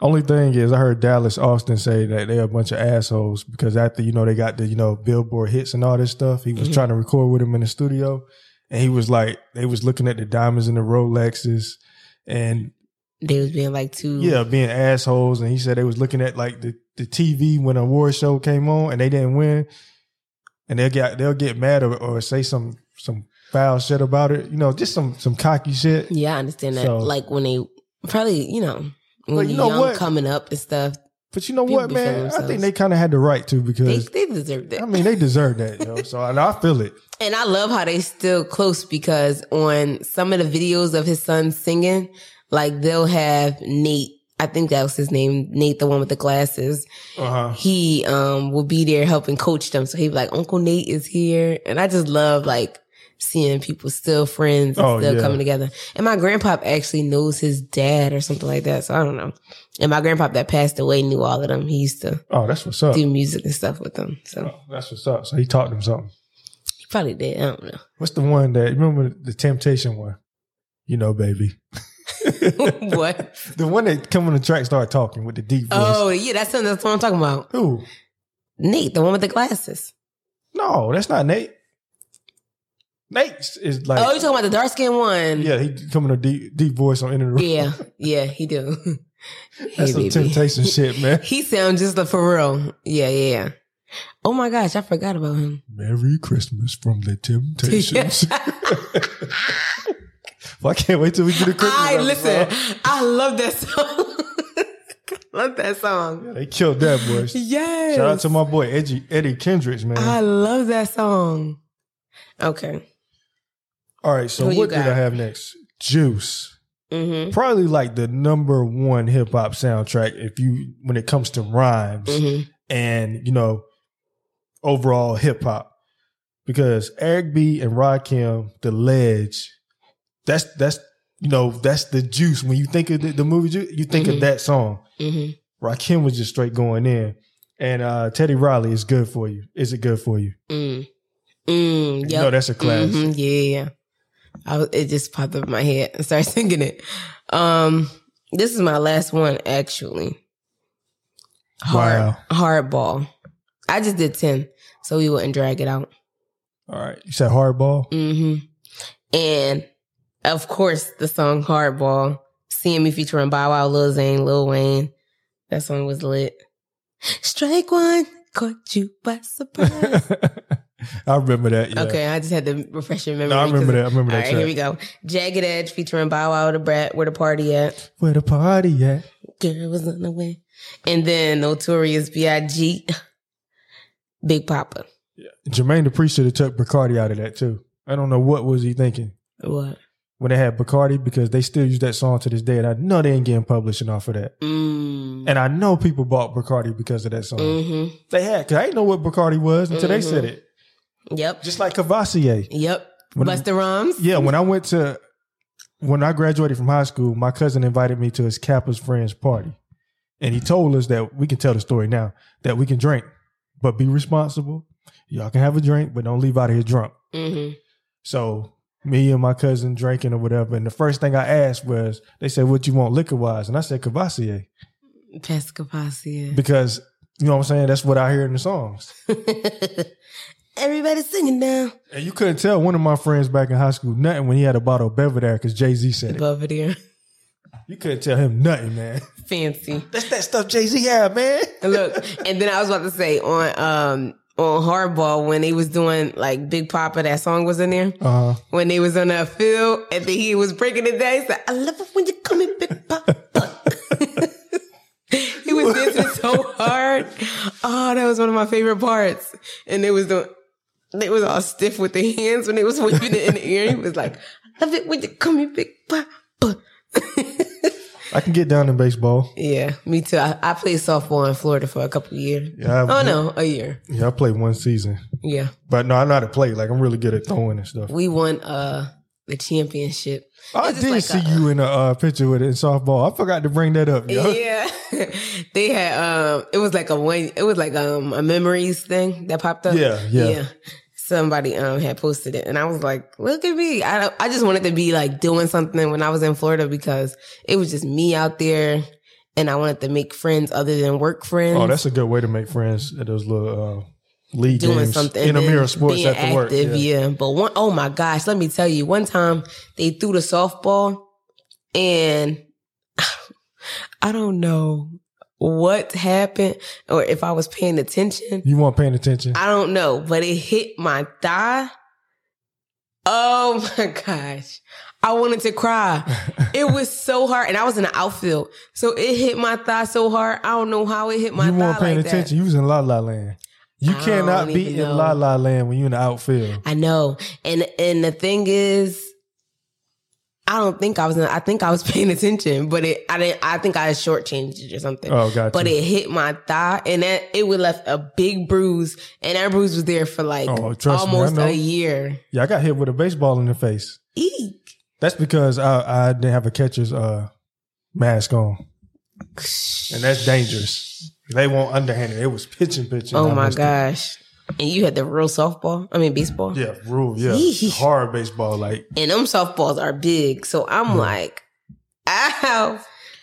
Only thing is, I heard Dallas Austin say that they're a bunch of assholes because after you know they got the you know Billboard hits and all this stuff, he Mm-hmm. was trying to record with him in the studio, and he was like, they was looking at the diamonds and the Rolexes, and They was being like two. Yeah, being assholes. And he said they was looking at like the, the TV when a award show came on and they didn't win. And they'll get they'll get mad or, or say some some foul shit about it. You know, just some some cocky shit. yeah, I understand that. So- like when they probably, you know, when But you you know young what? coming up and stuff, But you know People what, be man? feeling I think themselves. they kinda had the right to they because they deserve that. I mean they deserve that, yo. So and I feel it. And I love how they still close because on some of the videos of his son singing, like they'll have Nate, I think that was his name, Nate, the one with the glasses. Uh-huh. He um will be there helping coach them. So he'd be like, Uncle Nate is here. And I just love like seeing people still friends and Oh, still yeah. coming together. And my grandpa actually knows his dad or something like that. So I don't know. And my grandpa that passed away knew all of them. He used to Oh, that's what's up. do music and stuff with them. So Oh, that's what's up. So he taught them something. he probably did. I don't know. What's the one that remember the temptation one? You know, baby. [LAUGHS] what? The one that come on the track start talking with the deep voice. Oh yeah, that's him. That's what I'm talking about. Who? Nate, the one with the glasses. No, that's not Nate. Nate is like, oh, you're talking about the dark skinned one. yeah, he coming a deep, deep voice on Internet. yeah, yeah, he do. That's [LAUGHS] Hey, some baby. temptation shit, man. He sounds just like for real. Yeah, yeah, yeah. Oh my gosh, I forgot about him. Merry Christmas from the [LAUGHS] Temptations. well, I can't wait till we get a Christmas. I album, listen. bro. I love that song. [LAUGHS] love that song. They killed that [LAUGHS] boy. Yes. Shout out to my boy Eddie, Eddie Kendricks, man. I love that song. Okay. All right, so Who you what did got? I have next? Juice. Mm-hmm. Probably like the number one hip hop soundtrack if you when it comes to rhymes. Mm-hmm. and you know overall hip hop because Eric B and Rakim, The Ledge, That's that's you know that's the juice. When you think of the, the movie, Ju- you Mm-hmm. think of that song. Mhm. Rakim was just straight going in, and uh, Teddy Riley is good for you. Is it good for you? Mm. Mm. Yep. You know that's a class. Mhm, yeah, I was, it just popped up in my head and started [LAUGHS] singing it. Um, this is my last one actually. Hard Wow. hardball. I just did ten, so we wouldn't drag it out. All right, you said hardball. hmm And of course, the song "Hardball," seeing me featuring Bow Wow, Lil Zane, Lil Wayne. That song was lit. Strike one, caught you by surprise. Mm-hmm. I remember that. [LAUGHS] Yeah. Okay, I just had to refresh your memory. no, I remember 'cause- that. I remember All that. right, track. here we go. Jagged Edge featuring Bow Wow the Brat. Where the party at? Where the party at? Girl was on the way. And then Notorious B.I.G. Big Papa. Jermaine Dupri should have took Bacardi out of that too. I don't know what was he thinking What? when they had Bacardi because they still use that song to this day, and I know they ain't getting publishing off of that. Mm. And I know people bought Bacardi because of that song. Mm-hmm. They had because I didn't know what Bacardi was until they said Mhm. it. Yep. Just like Cavassier. Yep. When- Buster Rhymes. Yeah, when I went to when I graduated from high school, my cousin invited me to his Kappa's friends party. And he told us that we can tell the story now, that we can drink, but be responsible. Y'all can have a drink, but don't leave out of here drunk. Mm-hmm. So me and my cousin drinking or whatever. And the first thing I asked was, they said, What you want liquor wise? And I said Cavassier. Pescapacia. Because you know what I'm saying? That's what I hear in the songs. [LAUGHS] Everybody singing now. And you couldn't tell one of my friends back in high school nothing when he had a bottle of Belvedere because Jay Z said it. Belvedere. You couldn't tell him nothing, man. [LAUGHS] Fancy. That's that stuff Jay Z had, man. And [LAUGHS] Look, and then I was about to say on um on Hardball when they was doing like Big Papa, that song was in there. Uh, When they was on that field and then he was breaking it down, he said, I love it when you come in Big Papa. [LAUGHS] he was dancing so hard. Oh, that was one of my favorite parts. And it was doing they was all stiff with their hands when they was waving it in the air. He was like, I love it when you come in Big Papa. [LAUGHS] I can get down in baseball. Yeah, me too. I, I played softball in Florida for a couple years. Yeah, I, Oh no, a year. yeah, I played one season, Yeah. but no, I know how to play. Like I'm really good at throwing and stuff. we won uh the championship. I It's did just like see a- you in a uh, picture with it in softball. I forgot to bring that up, yo. [LAUGHS] Yeah. they had um it was like a one it was like um a memories thing that popped up. Yeah, yeah. Somebody um had posted it and I was like, look at me. I don't- I just wanted to be like doing something when I was in Florida because it was just me out there and I wanted to make friends other than work friends. Oh, that's a good way to make friends at those little uh, league doing games something in a and mirror then sports being at the active, work. Yeah. yeah. But one, oh my gosh, let me tell you, one time they threw the softball, and [SIGHS] I don't know what happened or if I was paying attention. You weren't paying attention. I don't know, but it hit my thigh. Oh [LAUGHS] my gosh. I wanted to cry. [LAUGHS] It was so hard. And I was in the outfield. So it hit my thigh so hard. I don't know how it hit my you thigh. weren't paying like that. attention. You was in La La Land. You I cannot don't be even in know. La La Land when you in the outfield. I know. And and the thing is, I don't think I was. In, I think I was [LAUGHS] paying attention, but it. I didn't. I think I shortchanged it or something. Oh, gotcha. But it hit my thigh, and that it would left a big bruise, and that bruise was there for like Oh, trust me, I almost know. a year. yeah, I got hit with a baseball in the face. Eek. That's because I, I didn't have a catcher's uh, mask on, and that's dangerous. They won't underhanded. It was pitching, pitching. Oh I my missed it. gosh! And you had the real softball. I mean baseball. Yeah, rule. Yeah, Yee. hard baseball. Like And them softballs are big, so I'm like, ow!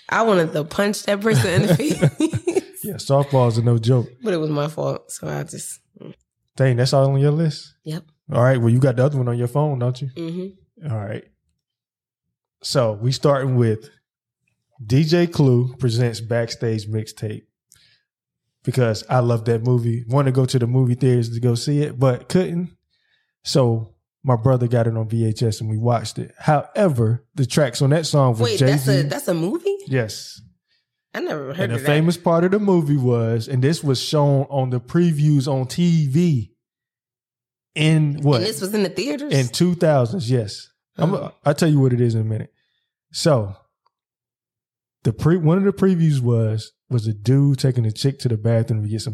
I wanted to punch that person [LAUGHS] in the face, [LAUGHS] yeah, softballs are no joke. but it was my fault. So I just Dang, that's all on your list. Yep. All right. Well, you got the other one on your phone, don't you? hmm All right. So we starting with DJ Clue presents backstage mixtape because I love that movie. Want to go to the movie theaters to go see it, but couldn't. So my brother got it on VHS and we watched it. However, the tracks on that song was Wait, Jay that's a Z. that's a movie? Yes, I never heard and the of that. famous part of the movie was, and this was shown on the previews on TV. In what? And this was in the theaters. In 2000s, yes. I'm, I'll tell you what it is in a minute. So, the pre one of the previews was was a dude taking a chick to the bathroom to get some.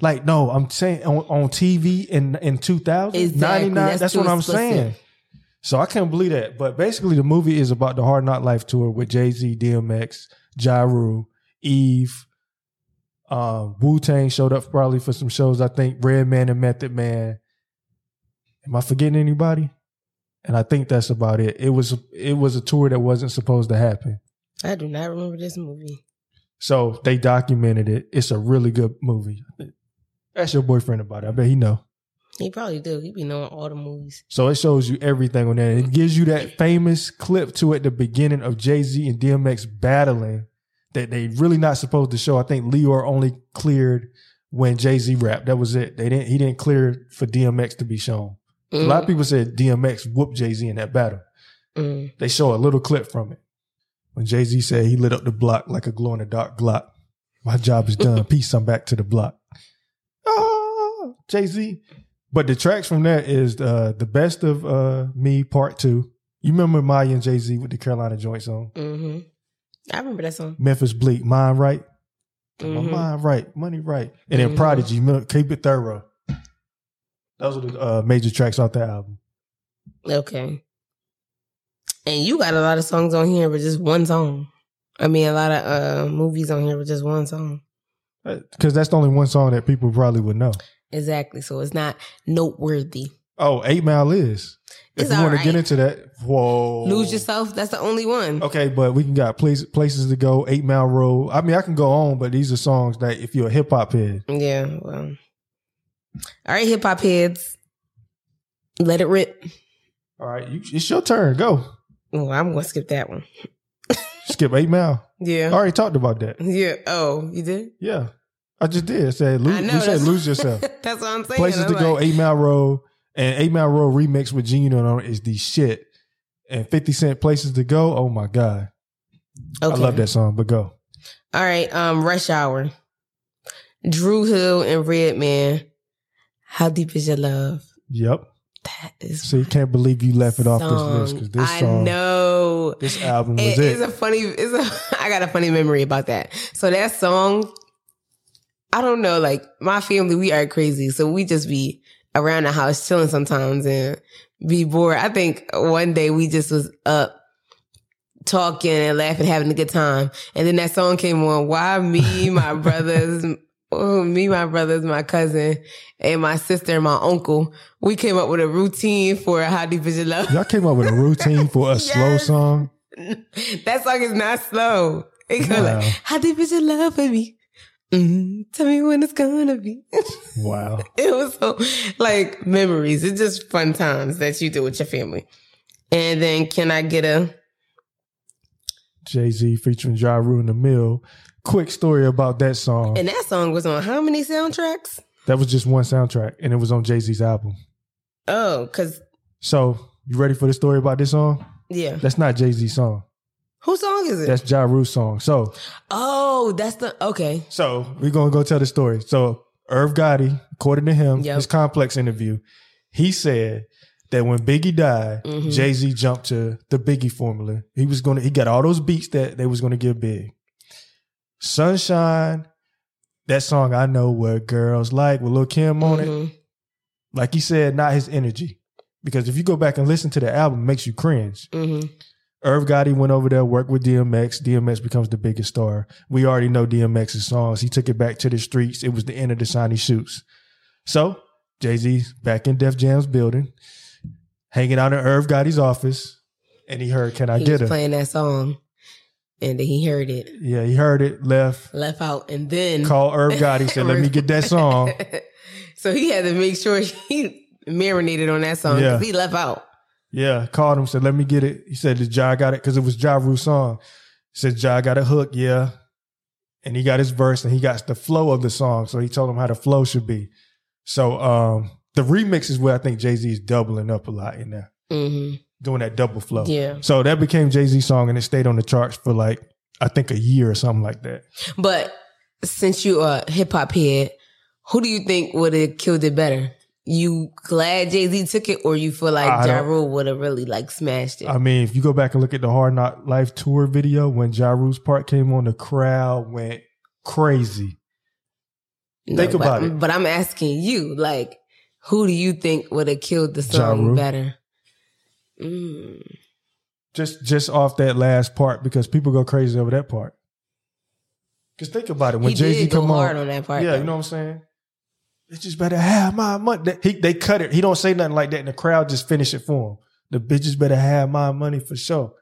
Like no, I'm saying on, on TV in in 2000, Exactly. 99. That's That's too what I'm explicit. saying. So I can't believe that. But basically, the movie is about the Hard Knock Life tour with Jay Z, DMX, Ja Rule, Eve. Um, Wu Tang showed up probably for some shows. I think Redman and Method Man. Am I forgetting anybody? And I think that's about it. It was it was a tour that wasn't supposed to happen. I do not remember this movie. So they documented it. It's a really good movie. That's your boyfriend about it. I bet he know. He probably do. He be knowing all the movies. So it shows you everything on there. It gives you that famous clip to at the beginning of Jay Z and DMX battling that they really not supposed to show. I think Leor only cleared when Jay Z rapped. That was it. They didn't. He didn't clear for DMX to be shown. A lot of people said DMX whooped Jay Z in that battle. Mm. They show a little clip from it when Jay Z said he lit up the block like a glow in the dark Glock. My job is done. Peace. I'm back to the block. Ah, Jay Z. But the tracks from that is uh, the best of uh, me part two. You remember Maya and Jay Z with the Carolina joints on hmm I remember that song. Memphis Bleak, mind right, my Mhm. mind right, money right, and then Mhm. Prodigy, Mil- keep it thorough. Those are the uh, major tracks off that album. Okay. And you got a lot of songs on here with just one song. I mean, a lot of uh, movies on here with just one song. Because Uh, that's the only one song that people probably would know. Exactly. So it's not noteworthy. Oh, Eight Mile is. It's if you want alright. to get into that, whoa. Lose yourself. That's the only one. Okay, but we can got place, places to go, Eight Mile Road. I mean, I can go on, but these are songs that if you're a hip hop head, Yeah. Well. All right, hip hop heads. Let it rip. all right, you, it's your turn. Go Oh, I'm gonna skip that one. skip Eight Mile. I Yeah. already talked about that. Yeah. Oh, you did. Yeah, I just did. I said lose. I know, we said that's- lose yourself. [LAUGHS] That's what I'm saying. places I'm to go, like, Eight Mile Road, and Eight Mile Road remix with Gene on it is the shit. And Fifty Cent places to go. Oh my god, okay. I love that song. But go. All right, um, Rush Hour. Drew Hill and Redman. How deep is your love? Yep. That is So you can't believe you left it off this list because this I song, know. this album was It it. is a funny. It's a. [LAUGHS] I got a funny memory about that. So that song, I don't know. Like my family, we are crazy, so we just be around the house chilling sometimes and be bored. I think one day we just was up talking and laughing, having a good time, and then that song came on. [LAUGHS] Why me, my brothers. Oh, me, my brothers, my cousin, and my sister, and my uncle. We came up with a routine for How Deep Is Your Love. Y'all came up with a routine for a slow Yes. song. that song is not slow. It goes Wow. like, "How deep is your love for me? Mm, tell me when it's gonna be." [LAUGHS] Wow. it was so like memories. It's just fun times that you do with your family. And then, can I get a? Jay Z featuring Ja Rule in the Mill. Quick story about that song. And that song was on how many soundtracks? that was just one soundtrack, and it was on Jay Z's album. Oh, cause So, you ready for the story about this song? yeah, That's not Jay Z's song. whose song is it? That's Ja Rule's song. So, oh, that's the okay. So we're gonna go tell the story. So Irv Gotti, according to him, Yep. his complex interview, he said that when Biggie died, Mhm. Jay Z jumped to the Biggie formula. He was gonna he got all those beats that they was gonna give Big. Sunshine, that song I know what girls like with Lil Kim on it. Mhm. Like he said, not his energy. Because if you go back and listen to the album, it makes you cringe. Mhm. Irv Gotti went over there, worked with DMX. DMX becomes the biggest star. We already know DMX's songs. He took it back to the streets. It was the end of the Sonny Shoots. So Jay Z's back in Def Jam's building, hanging out in Irv Gotti's office, and he heard "Can I he Get was Her?" playing that song, and then he heard it, Yeah, he heard it. Left, left out, and then called Irv Gotti, said, "Let me get that song." [LAUGHS] so he had to make sure he marinated on that song Yeah. because he left out. Yeah, called him, said, let me get it. He said, did Ja got it? Because it was Ja Rule's song. said, Ja got a hook, yeah. And he got his verse and he got the flow of the song. So he told him how the flow should be. So um, the remix is where I think Jay Z is doubling up a lot in there, Mm-hmm. doing that double flow. Yeah, So that became Jay Z song and it stayed on the charts for like, I think a year or something like that. but since you are a hip hop head, who do you think would have killed it better? You glad Jay Z took it, or you feel I like Ja don't- Rule would have really like smashed it? I mean, if you go back and look at the Hard Knock Life tour video, when Ja Rule's part came on, the crowd went crazy. No, think but, about it. But I'm asking you, like, who do you think would have killed the Ja song Rule. better? Mm. Just just off that last part because people go crazy over that part. Cause think about it when He Jay Z did go come hard on, on that part. yeah, though. you know what I'm saying. They just better have my money. They- He they cut it. He don't say nothing like that, and the crowd just finish it for him. The bitches better have my money for sure.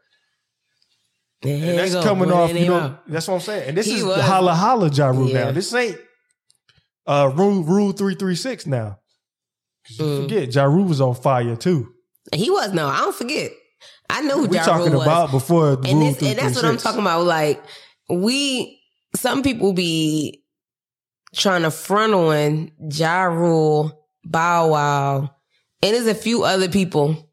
There And that's go, coming boy, off, there you they know. are. That's what I'm saying. And this He is was- the holla holla ja rule Yeah. now. This ain't uh rule rule three three six now. 'Cause you Mm. forget ja Rule was on fire too. He was no, I don't forget. I know who we Ja talking Rule was. about before and, rule this, and that's what I'm 336. talking about. Like we, some people be trying to front on Ja Rule, Bow Wow, and there's a few other people.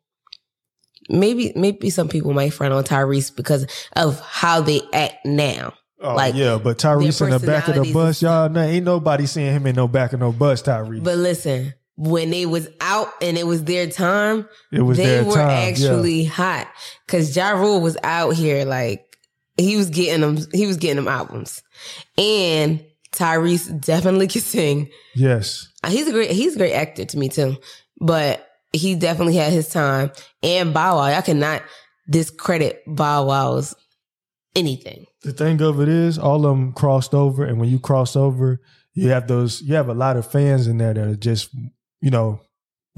Maybe maybe some people might front on Tyrese because of how they act now. Oh, Like, yeah, but Tyrese in the back of the personalities bus, y'all. Nah, ain't nobody seeing him in no back of no bus, Tyrese. But listen, when they was out and it was their time, it was they their were time. yeah. actually hot because Ja Rule was out here like he was getting them. He was getting them albums, and Tyrese definitely [LAUGHS] can sing. Yes, Uh, He's a great. He's a great actor to me too, but he definitely had his time. And Bow Wow, I cannot discredit Bow Wow's anything. the thing of it is, all of them crossed over, and when you cross over, you have those. You have a lot of fans in there that are just, you know,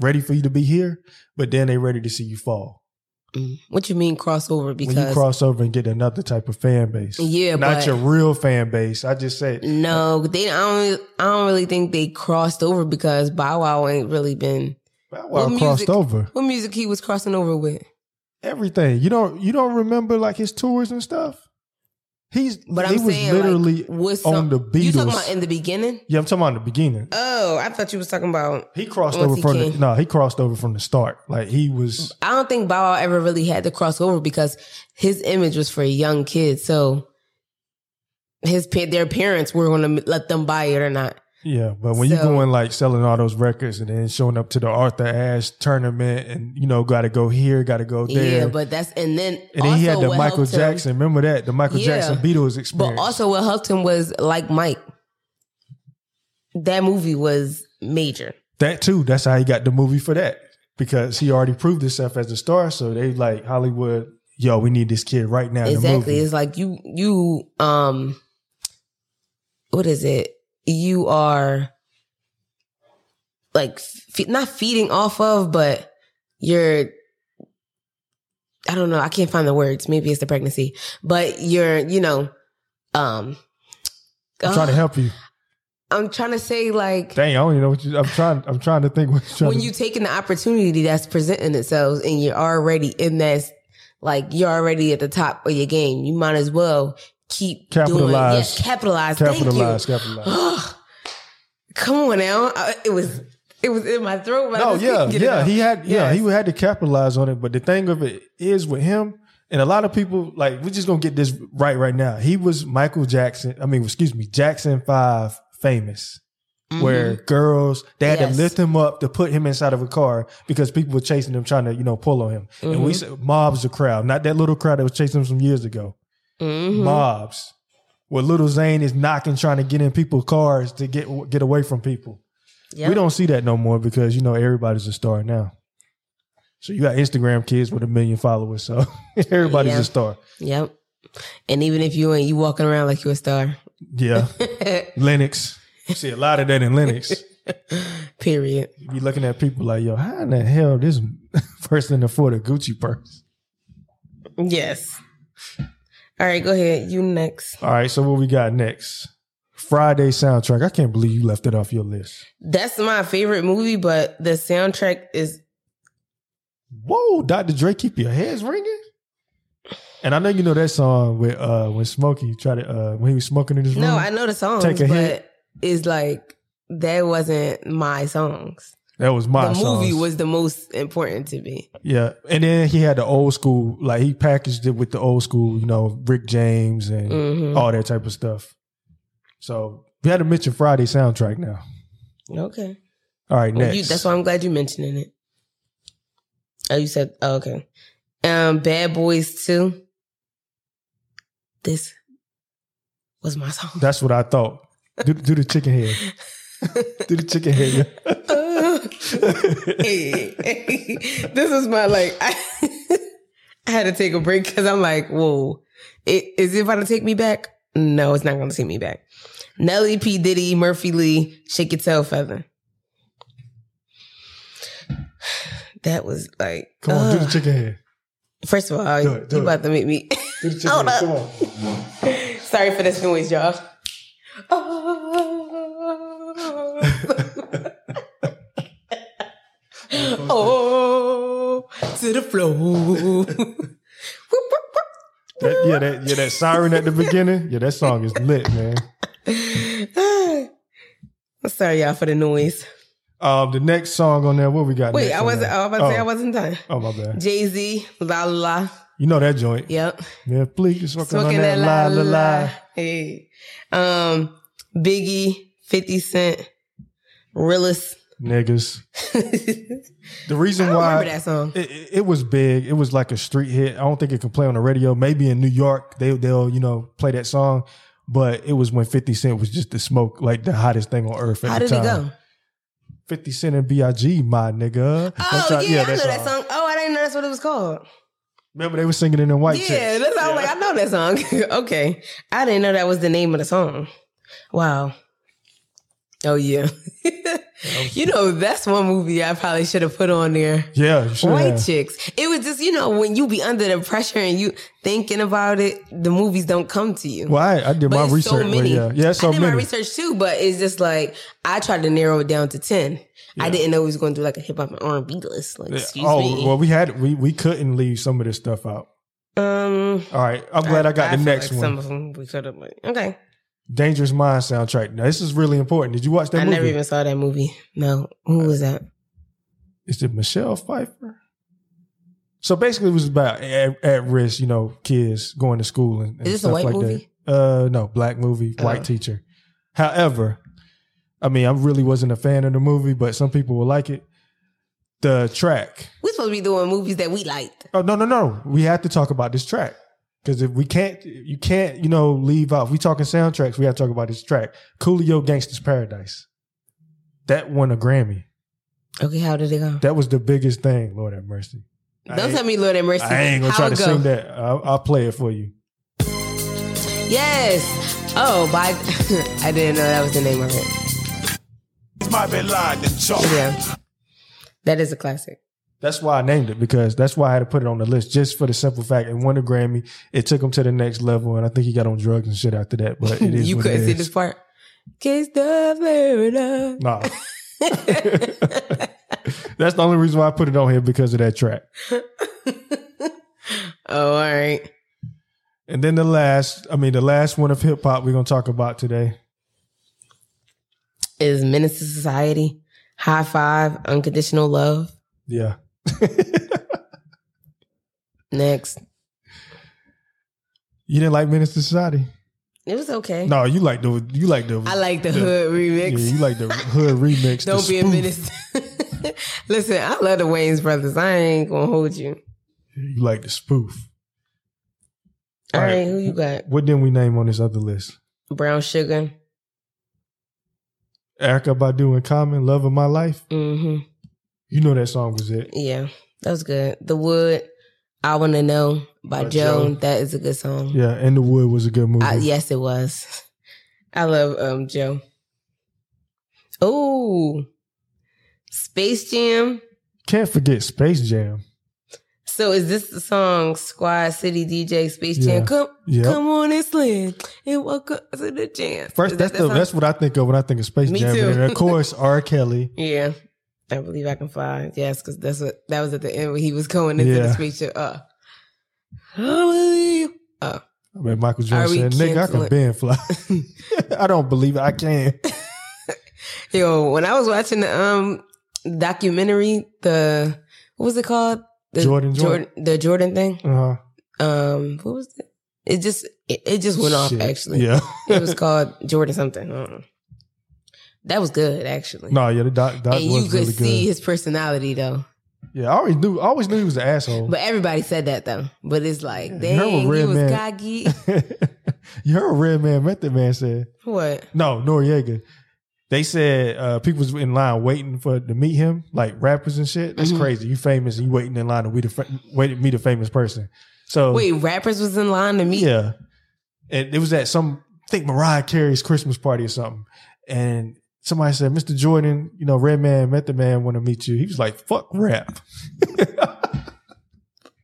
ready for you to be here, but then they ready to see you fall Mm. What you mean crossover? when you Because cross over and get another type of fan base. yeah, not but your real fan base. I just said no, they. I don't. I don't really think they crossed over because Bow Wow ain't really been Bow Wow What crossed music- over what music he was crossing over with. everything. You don't you don't remember like his tours and stuff. He's But he I'm was saying, literally like, what's on the You Beatles. talking about in the beginning? Yeah, I'm talking about in the beginning. Oh, I thought you was talking about. He crossed Once over he from the, came. no, he crossed over from the start. Like he was I don't think Bow Wow ever really had to cross over because his image was for young kids. So his pa- their parents were going to let them buy it or not. yeah, but when you So- going like selling all those records and then showing up to the Arthur Ashe tournament and you know got to go here, got to go there. Yeah, but that's and then and then he had also the what Michael helped him- Jackson. Remember that the Michael Yeah. Jackson Beatles but experience. also what helped him was like Mike. That movie was major. that too. That's how he got the movie for that because he already proved himself as a star. So they like Hollywood. Yo, we need this kid right now. in the exactly movie. it's like you you um what is it you are like fe- not feeding off of but you're i don't know i can't find the words maybe it's the pregnancy but you're you know um I'm trying uh, to help you. i'm trying to say like Dang, I don't even know what you. I'm trying. I'm trying to think what you're trying when to. you taking the opportunity that's presenting itself and you're already in that like you're already at the top of your game you might as well keep doing- Capitalize. yeah, capitalize Capitalize, capitalize capitalize. [GASPS] come on now I, it was it was in my throat but I No, just yeah, couldn't get it yeah. out. He had, yeah, Yes. he had to capitalize on it. But the thing of it is with him, and a lot of people, like, we're just gonna get this right right now. He was Michael Jackson. I mean, excuse me, Jackson Five famous, Mhm. where girls they had Yes. to lift him up to put him inside of a car because people were chasing him, trying to you know pull on him. And Mm-hmm. we said mobs the crowd, not that little crowd that was chasing him some years ago. Mhm. Mobs. Where little Zane is knocking, trying to get in people's cars to get get away from people. Yep. We don't see that no more because you know everybody's a star now. So you got Instagram kids with a million followers, so [LAUGHS] everybody's Yeah. a star. yep and even if you ain't you walking around like you a star [LAUGHS] Yeah, Linux. You see a lot of that in Linux. period You be looking at people like, yo, how in the hell this [LAUGHS] person afford a Gucci purse? yes all right go ahead you next All right, so what we got next? Friday soundtrack. I can't believe you left it off your list. that's my favorite movie but the soundtrack is Whoa, Dr. Dre, keep your heads ringing. And I know you know that song with uh when Smokey tried to uh when he was smoking in his room. No, I know the songs, Mm-hmm. Take a but hit. it's like that wasn't my songs. that was my the movie songs. was the most important to me. Yeah, and then he had the old school, like he packaged it with the old school, you know, Rick James and Mhm. all that type of stuff. So we had to mention Friday soundtrack now. Okay, All right, Well, Oh. next. Oh, you, that's why I'm glad you mentioning it. Oh, you said oh, okay. Um, Bad Boys Two. This was my song. [LAUGHS] [LAUGHS] [LAUGHS] That's what I thought. Do, do the chicken head. do the chicken head. Uh, Hey, hey. [LAUGHS] this is my like. [LAUGHS] I, I had to take a break because I'm like, whoa, it, is it about to take me back? No, it's not going to take me back. Nelly P Diddy Murphy Lee, shake your tail feather. [SIGHS] That was like, Come on, ugh. do the chicken head. first of all, Do it, do you it. about to make me. [LAUGHS] Do the chicken Hold head. up. Come on. Sorry for this [LAUGHS] noise, y'all. Oh, oh to the flow. That, yeah, that yeah, that siren at the beginning. Yeah, that song is lit, man. [LAUGHS] I'm sorry, y'all, for the noise. Um, the next song on there, what we got? Wait, next I on wasn't. there? I was about to say I Oh. wasn't done. Oh my bad. Jay Z, la la la. You know that joint? Yep. Yeah, please just working on Smoking that that la la la la. Hey. Um, Biggie, 50 Cent, [LAUGHS] Realist. Niggas. The reason [LAUGHS] I don't why remember that song. It, it- it was big. It was like a street hit. I don't think it could play on the radio. Maybe in New York, they they'll you know play that song. But it was when Fifty Cent was just the smoke, like the hottest thing on earth. At How the did it time. go? Fifty Cent and Big, my nigga. Oh, That's how- yeah, I know that song. Oh, I didn't know that's what it was called. Remember they were singing in the white yeah, chicks. that's how I'm like, I know that song. [LAUGHS] okay. I didn't know that was the name of the song. Wow. Oh, yeah. [LAUGHS] you know, that's one movie I probably should have put on there. Yeah, you should White have. chicks. It was just, you know, when you be under the pressure and you thinking about it, the movies don't come to you. Well, I, I did But my it's research. so but many. yeah, yeah, it's so I did many. my research too, but it's just like I tried to narrow it down to ten. I didn't know we was going to do like a hip hop and R and B list. Like, Yeah. excuse oh me. well, we had we we couldn't leave some of this stuff out. um, All right, I'm glad I, got the feel next one. like Some of them we could have. Like, okay, Dangerous Mind soundtrack. Now this is really important. Did you watch that I movie? never even saw that movie. No, who was that? is it Michelle Pfeiffer? So basically, it was about at, at risk, you know, kids going to school and, and Is this a stuff white like movie? that. Uh, no, black movie, Oh. white teacher. However, I mean, I really wasn't a fan of the movie, but some people will like it. The track. We supposed to be doing movies that we liked. Oh no, no, no! We have to talk about this track because if we can't, you can't, you know, leave off. We talking soundtracks. We have to talk about this track. Coolio Gangsta's Paradise. That won a Grammy. Okay, how did it go? That was the biggest thing. Lord have mercy. I Don't ain't- tell me Lord and Mercy. I ain't gonna How try it to go? sing that. I'll, I'll play it for you. Yes. Oh, by [LAUGHS] I didn't know that was the name of it. Might be lying to Oh. talk. Yeah, that is a classic. That's why I named it because that's why I had to put it on the list just for the simple fact it won a Grammy. It took him to the next level, and I think he got on drugs and shit after that. [LAUGHS] But it is you what couldn't it see is. this part. Kiss the [LAUGHS] Florida. Nah. that's the only reason why I put it on here because of that track. Oh, all right. And then the last, I mean, the last one of hip hop we're gonna talk about today. Is Menace to Society, High Five, Unconditional Love. Yeah, Next. you didn't like Menace to Society. It was okay. No, you like the you like the I like the hood yeah, remix. you like the hood remix. the Don't be a spoof. menace. [LAUGHS] Listen, I love the Wayne's brothers. I ain't gonna hold you. You like the spoof. All All right. right, who you got? What didn't we name on this other list? Brown Sugar. Erica Badu and Common, Love of My Life. hmm You know that song was it. Yeah, that was good. The Wood. I wanna know by By Joe. Joe. That is a good song. Yeah, and The Wood was a good movie. I, yes, it was. [LAUGHS] I love um Joe. Oh, Space Jam. Can't forget Space Jam. So is this the song Squad City DJ Space Jam? Yeah. Come, Yep. come on and slam and welcome to the jam. First, Is that's that the, that that's song? what I think of when I think of Space Me Jam. too. And of [LAUGHS] course, R. Kelly. yeah. I believe I can fly. Yes, because that's what that was at the end where he was going into Yeah. the speech. Of, uh, I believe. I mean, Michael Jordan Are we said, "Nigga, I can canceling? bend fly." [LAUGHS] [LAUGHS] I don't believe it. I can. Yo, when I was watching the um documentary, the what was it called? The Jordan Jordan. the Jordan thing. Uh-huh. um what was it? It just it, it just went off Shit. actually. Yeah. [LAUGHS] it was called Jordan something. I don't know. That was good actually. no, yeah, the doc, doc and was you could really see good. his personality though. Yeah, I always knew. I always knew he was an asshole. But everybody said that though. But it's like, Yeah, you heard dang, he what Red was Man- cocky. [LAUGHS] [LAUGHS] you heard what Red Man Method Man said. what? No, Noriega. They said uh, people was in line waiting for to meet him, like rappers and shit. Mm-hmm. That's crazy. You famous and you waiting in line to meet the fa- wait to meet a famous person. So Wait, rappers was in line to meet. Oh. yeah, and it was at some I think Mariah Carey's Christmas party or something, and somebody said, "Mr. Jordan, you know, Red Man, Method Man, want to meet you." He was like, "Fuck rap,"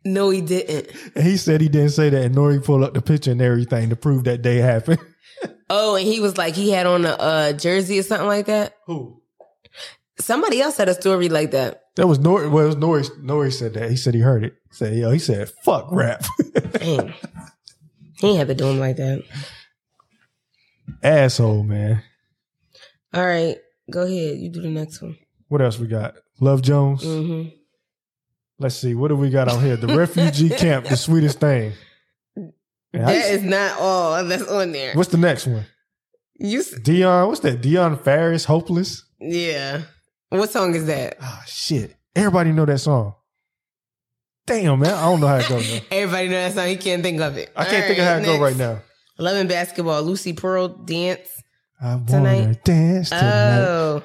No, he didn't. and he said he didn't say that. And Nori pulled up the picture and everything to prove that day happened. [LAUGHS] Oh, and he was like he had on a uh, jersey or something like that. Who? Somebody else had a story like that. That was Nori. Well, it was Nori. Nori said that. He said he heard it. He said, "Yo," he said, "Fuck rap." [LAUGHS] Dang. he ain't have to do him like that. Asshole, man. All right, go ahead. You do the next one. What else we got? Love Jones. hmm Let's see. What do we got on here? The [LAUGHS] refugee camp, the sweetest thing. And I- That is not all that's on there. what's the next one? You, s- Dion. What's that? Dion Farris. Hopeless. yeah. What song is that? Ah, shit. Everybody know that song. Damn, man. I don't know how it goes. man. Everybody know that song. He can't think of it. I can't think of how it go right now. Love and basketball. Lucy Pearl dance. I wanna Tonight. dance tonight. Oh,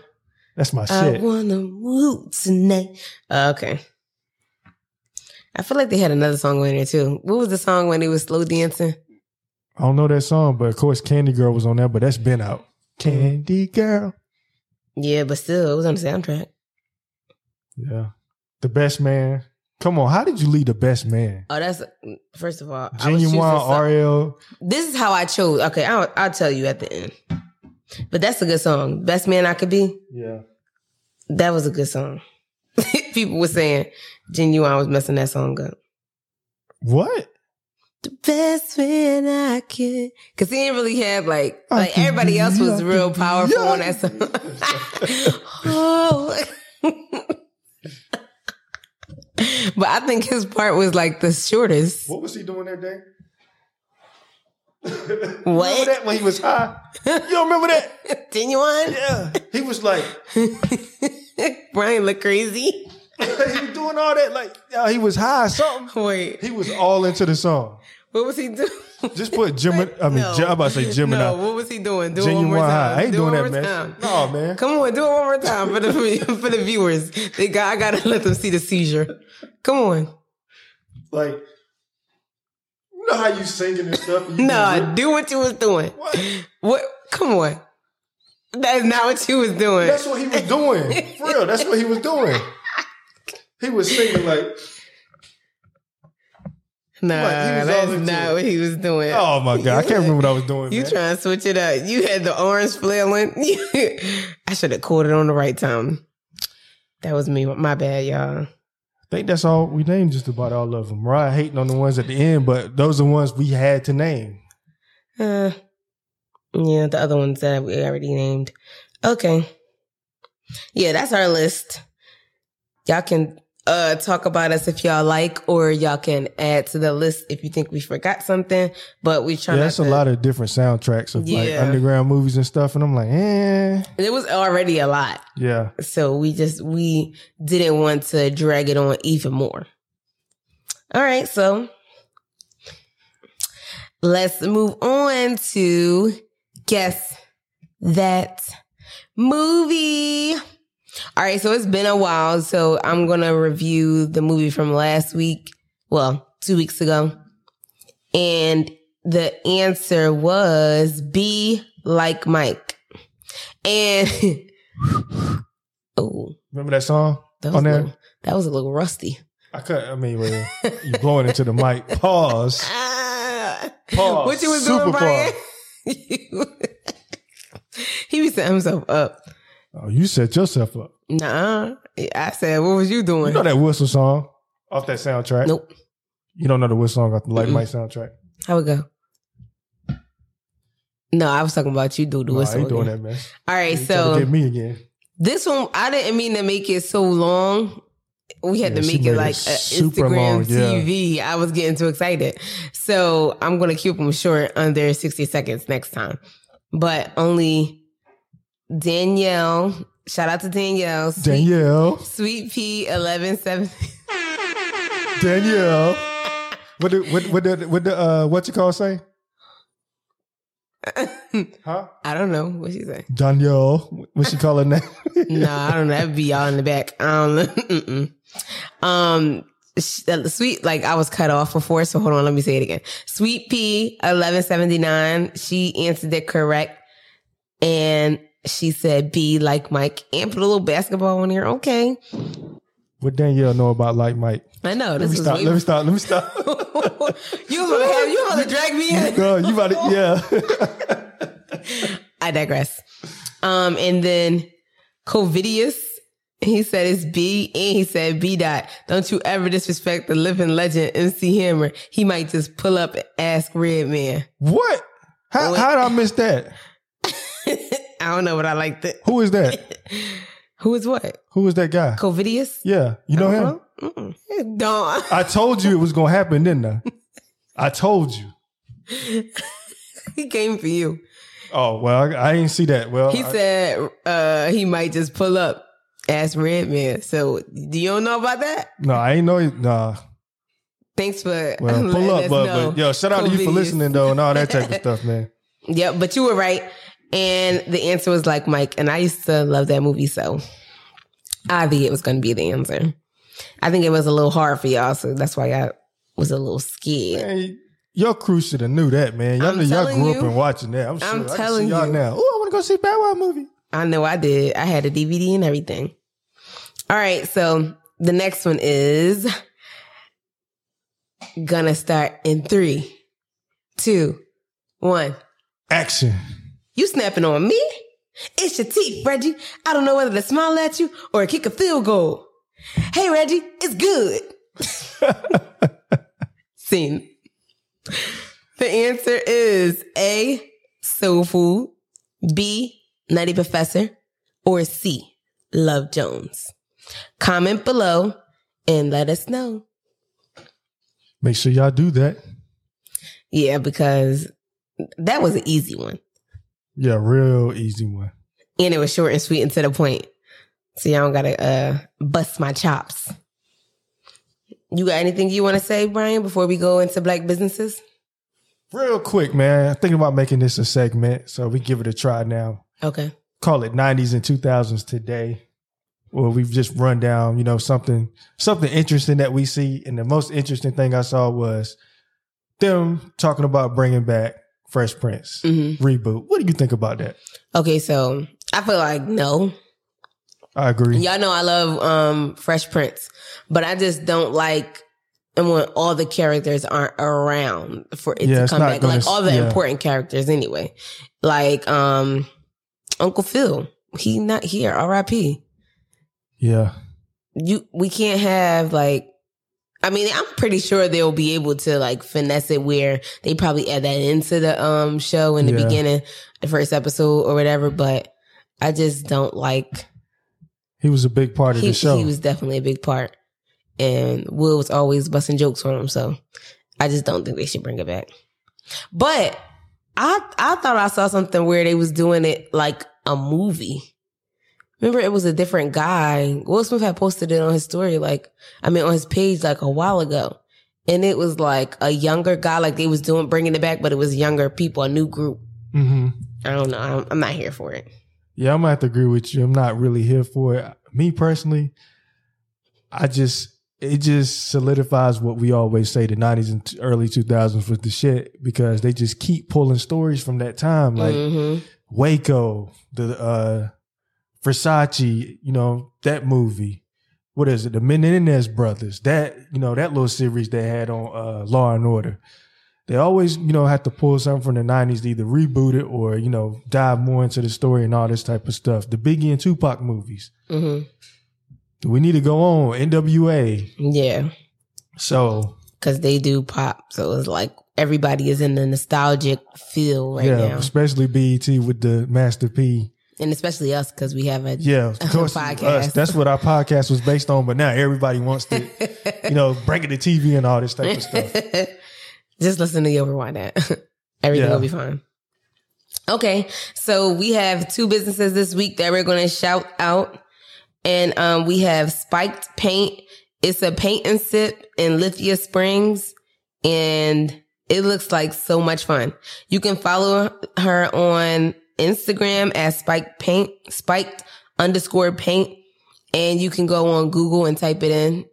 That's my I shit. wanna move tonight. Uh, okay. I feel like they had another song on there too. What was the song when they was slow dancing? I don't know that song, but of course, Candy Girl was on there. But that's been out. Candy Girl. Yeah, but still, it was on the soundtrack. Yeah. The best man. Come on, how did you lead the best man? Oh, that's first of all. I was Genuine choosing some- RL. This is how I chose. Okay, I'll, I'll tell you at the end. But that's a good song. Best man I could be. Yeah. That was a good song. [LAUGHS] People were saying genuine was messing that song up. What? The best man I could, because he didn't really have like I like could everybody be- else I was could real be- powerful yeah. on that song. oh. [LAUGHS] but I think his part was like the shortest. What was he doing that day? What? Remember that when he was [LAUGHS] high? You don't remember that? Genuine? Yeah. He was like, [LAUGHS] [LAUGHS] Brian look crazy. he was doing all that. Like, yeah, he was high or something. Wait. He was all into the song. What was he doing? Just put Gemini. I mean, [LAUGHS] No. Gem- I'm about to say Gemini. No, what was he doing? Do it one Genuine more time. high. I ain't do doing it that, one more man. time. No, man. Come on, do it one more time for the for the [LAUGHS] viewers. They got, I gotta let them see the seizure. Come on. Like, you know how you singing and stuff? and you [LAUGHS] No, just- do what you was doing. What? What? Come on. That is not what you was doing. That's what he was doing. For real, that's what he was doing. He was singing like, no, What? He was all that's into not it. what he was doing. "Oh my god, I can't remember what I was doing." You man. trying to switch it up. You had the orange flailing. [LAUGHS] I should have called it on the right time. That was me. My bad, y'all. I think that's all we named. Just about all of them. Mariah hating on the ones at the end, but those are the ones we had to name. Uh, yeah, the other ones that we already named. Okay. Yeah, that's our list. Y'all can uh talk about us if y'all like, or y'all can add to the list if you think we forgot something. But we trying. Yeah, that's a not to, lot of different soundtracks of like Yeah. underground movies and stuff, and I'm like, eh, It was already a lot, yeah. so we just we didn't want to drag it on even more. All right, so let's move on to guess that movie. All right, so it's been a while, so I'm gonna review the movie from last week. Well, two weeks ago, and the answer was B like Mike, and [LAUGHS] oh, Remember that song that was on a there? little, that was a little rusty. I could. I mean, well, you blowing into the [LAUGHS] mic. Pause. Ah. Pause. What you was Super doing, Brian? pause. [LAUGHS] he was setting himself up. Oh, you set yourself up. Nah, I said, what was you You doing? know that whistle song off that soundtrack? nope. You don't know the whistle song off the Light Mm-mm. Mike soundtrack? How it go? No, I was talking about you, dude. No, I whistle ain't doing again. that, man. All right, You trying to so get me again. this one I didn't mean to make it so long. We had Yeah, to she make made it it like a super Instagram long, yeah. TV. I was getting too excited, so I'm gonna keep them short, under 60 seconds next time. But only Danielle. Shout out to Danielle. Sweet- Danielle. Sweet P eleven seven. Danielle. [LAUGHS] What did what what did what the uh what you call say? Huh? [LAUGHS] I don't know what she say. Danielle, what she call her name? No, I don't know. That'd be y'all in the back. Um, [LAUGHS] mm-mm. um, sh- uh, sweet. Like I was cut off before, so hold on. Let me say it again. Sweet P eleven seventy nine. She answered it correct, and she said B like Mike and put a little basketball on here. Okay, [LAUGHS] what Danielle know about like Mike? I know Let this me is. stop. Let me stop. Let me [LAUGHS] stop. you was gonna have, you was gonna drag me [LAUGHS] in. Girl, you about to yeah. [LAUGHS] I digress. Um, and then Covidius, he said it's B, and he said B dot. Don't you ever disrespect the living legend MC Hammer. He might just pull up and ask Red Man. [LAUGHS] What? How What? how did I miss that? I don't know, but I like that. Who is [LAUGHS] that? Who is what? Who is that guy? Covidius? Yeah, you know him. Mm-mm. [LAUGHS] Don't. I told you it was gonna happen, didn't [LAUGHS] I? I told you. He came for you. Oh well, I, I didn't see that. Well, He I- said uh, he might just pull up, ask Red Man. So do you don't know about that? no, I ain't know. it- Nah, Thanks for well, [LAUGHS] letting pull up, us but, know. but yo, shout out to you for Covidius. listening though, and all that [LAUGHS] type of stuff, man. Yep, but you were right. And the answer was like Mike. And I used to love that movie, so I think it was going to be the answer. I think it was a little hard for y'all, so that's why I was a little scared. Hey, your crew should have knew that, man. Y'all, I'm knew- y'all telling grew up you. and watching that. I'm sure. I'm I can telling see y'all you. now. Oh, I want to go see Bow Wow movie. I know I did. I had a DVD and everything. All right, so the next one is gonna start in three, two, one. Action. You snapping on me? It's your teeth, Reggie. I don't know whether to smile at you or kick a field goal. Hey, Reggie, it's good. Scene. The answer is A, Soul Food, B, Nutty Professor, or C, Love Jones. Comment below and let us know. Make sure y'all do that. Yeah, because that was an easy one. Yeah, real easy one. and it was short and sweet and to the point. So y'all don't gotta uh, bust my chops. You got anything you want to say, Brian, before we go into black businesses? Real quick, man. I'm thinking about making this a segment, so we give it a try now. Okay. Call it 90s and 2000s today. Well, we've just run down, you know, something something interesting that we see, and the most interesting thing I saw was them talking about bringing back Fresh Prince hmm reboot. What do you think about that? Okay, so I feel like no. I agree. Y'all know I love um, Fresh Prince, but I just don't like and when all the characters aren't around for it Yeah, to it's come not back, gonna like s- all the yeah. important characters anyway, like um, Uncle Phil. He not here. R.I.P. Yeah. you we can't have like I mean, I'm pretty sure they'll be able to like finesse it where they probably add that into the um show in the Yeah. beginning, the first episode or whatever, but I just don't like He was a big part of he, the show. he was definitely a big part. And Will was always busting jokes on him, so I just don't think they should bring it back. But I I thought I saw something where they was doing it like a movie. Remember, it was a different guy. Will Smith had posted it on his story, like I mean, on his page, like a while ago, and it was like a younger guy, like they was doing bringing it back, but it was younger people, a new group. hmm I don't know. I'm, I'm not here for it. Yeah, I'm gonna have to agree with you. I'm not really here for it. Me personally, I just it just solidifies what we always say: the '90s and t- early 2000s was the shit because they just keep pulling stories from that time, like Mhm. Waco, the uh Versace, you know that movie. What is it? The Menendez brothers. That you know that little series they had on uh, Law and Order. They always you know have to pull something from the '90s to either reboot it or you know dive more into the story and all this type of stuff. The Biggie and Tupac movies. Mhm. We need to go on NWA. Yeah. So because they do pop. So it's like everybody is in the nostalgic feel right yeah, now, especially BET with the Master P. and especially us because we have a Yeah, [LAUGHS] of course. Podcast. Us. That's what our podcast was based on. But now everybody wants [LAUGHS] to. [LAUGHS] you know, breaking the TV and all this type of [LAUGHS] stuff. [LAUGHS] Just listen to you rewind that. [LAUGHS] Everything Yeah. will be fine. Okay, so we have two businesses this week that we're going to shout out, and um, we have Spiked Paint. It's a paint and sip in Lithia Springs, and It looks like so much fun. You can follow her on Instagram as Spike Paint, spiked underscore paint, and you can go on Google and type it in.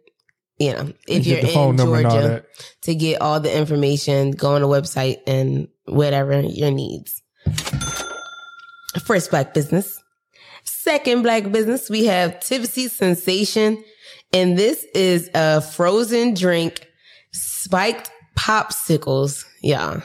You know, if You you're get the in phone number and all Georgia, that. to get all the information, go on the website and whatever your needs. First black business. Second black business, we have Tipsy Sensation. And this is a frozen drink, spiked popsicles. Yeah.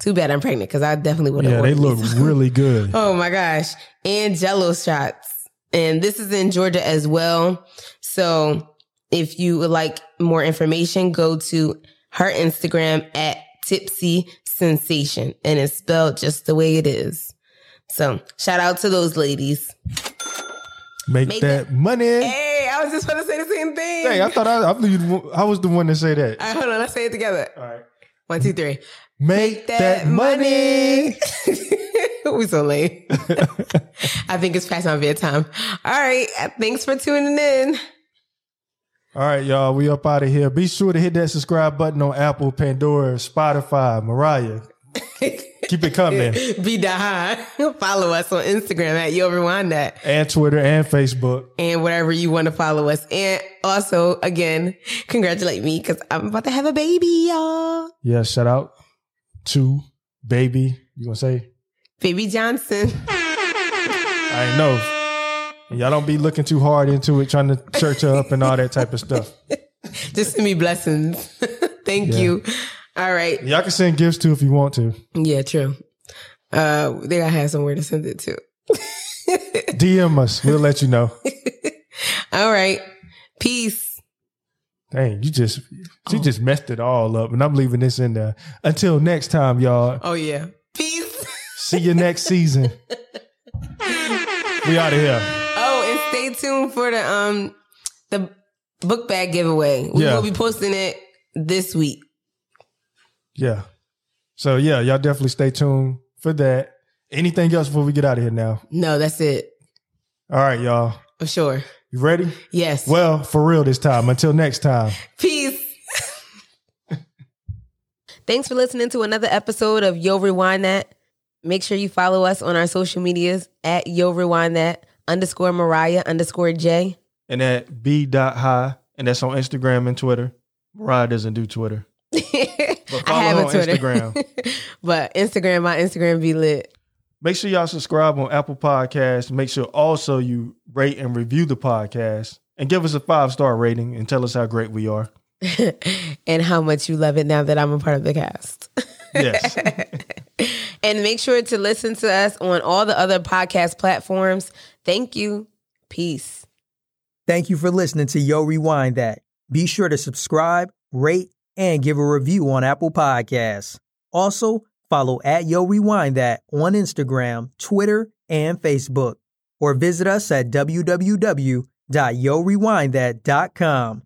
Too bad I'm pregnant because I definitely would have Yeah, they [LAUGHS] look really good. Oh my gosh. And jello shots. And this is in Georgia as well. So if you would like more information, go to her Instagram at tipsy sensation. And it's spelled just the way it is. So shout out to those ladies. Make, Make that money. Hey, Hey, I was just gonna say the same thing. I thought I, I, believe you- I was the one to say that. All right, hold on, let's say it together. All right. One, two, three. [LAUGHS] Make that, money. we so lame. I think it's past my bedtime. All right. Thanks for tuning in. All right, y'all, we up out of here. Be sure to hit that subscribe button on Apple, Pandora, Spotify, [LAUGHS] Mariah. Keep it coming. [LAUGHS] Be Dahan. Follow us on Instagram at Yo Rewind That and Twitter and Facebook. and wherever you want to follow us. And also, again, congratulate me because I'm about to have a baby, y'all. Yeah, shout out to baby. You gonna say? Baby Johnson. [LAUGHS] I ain't know. And y'all don't be looking too hard into it, trying to church her up and all that type of stuff. Just send me blessings. [LAUGHS] Thank Yeah. you. All right. Y'all can send gifts too if you want to. Yeah, true. Uh, they gotta have somewhere to send it to. DM us. We'll let you know. All right. Peace. Dang, you just she just messed it all up, and I'm leaving this in there. Until next time, y'all. Oh yeah. Peace. [LAUGHS] See you next season. We out of here. Oh, and stay tuned for the um the book bag giveaway. We Yeah. will be posting it this week. Yeah. So yeah, y'all definitely stay tuned for that. Anything else before we get out of here now? No, that's it. All right, y'all. For sure. You ready? Yes. Well, for real this time. Until next time. Peace. [LAUGHS] Thanks for listening to another episode of Yo Rewind That. Make sure you follow us on our social medias at Yo Rewind That underscore Mariah underscore J. [LAUGHS] And at B dot high, and that's on Instagram and Twitter. Mariah doesn't do Twitter. I follow have her a on Twitter. Instagram. [LAUGHS] but Instagram, my Instagram be lit. [LAUGHS] Make sure y'all subscribe on Apple Podcasts. Make sure also you rate and review the podcast and give us a five star rating and tell us how great we are. and how much you love it now that I'm a part of the cast. [LAUGHS] Yes. and make sure to listen to us on all the other podcast platforms. Thank you. Peace. Thank you for listening to Yo Rewind That. Be sure to subscribe, rate, and give a review on Apple Podcasts. Also, follow at Yo Rewind That on Instagram, Twitter, and Facebook. Or visit us at www.yorewindthat.com.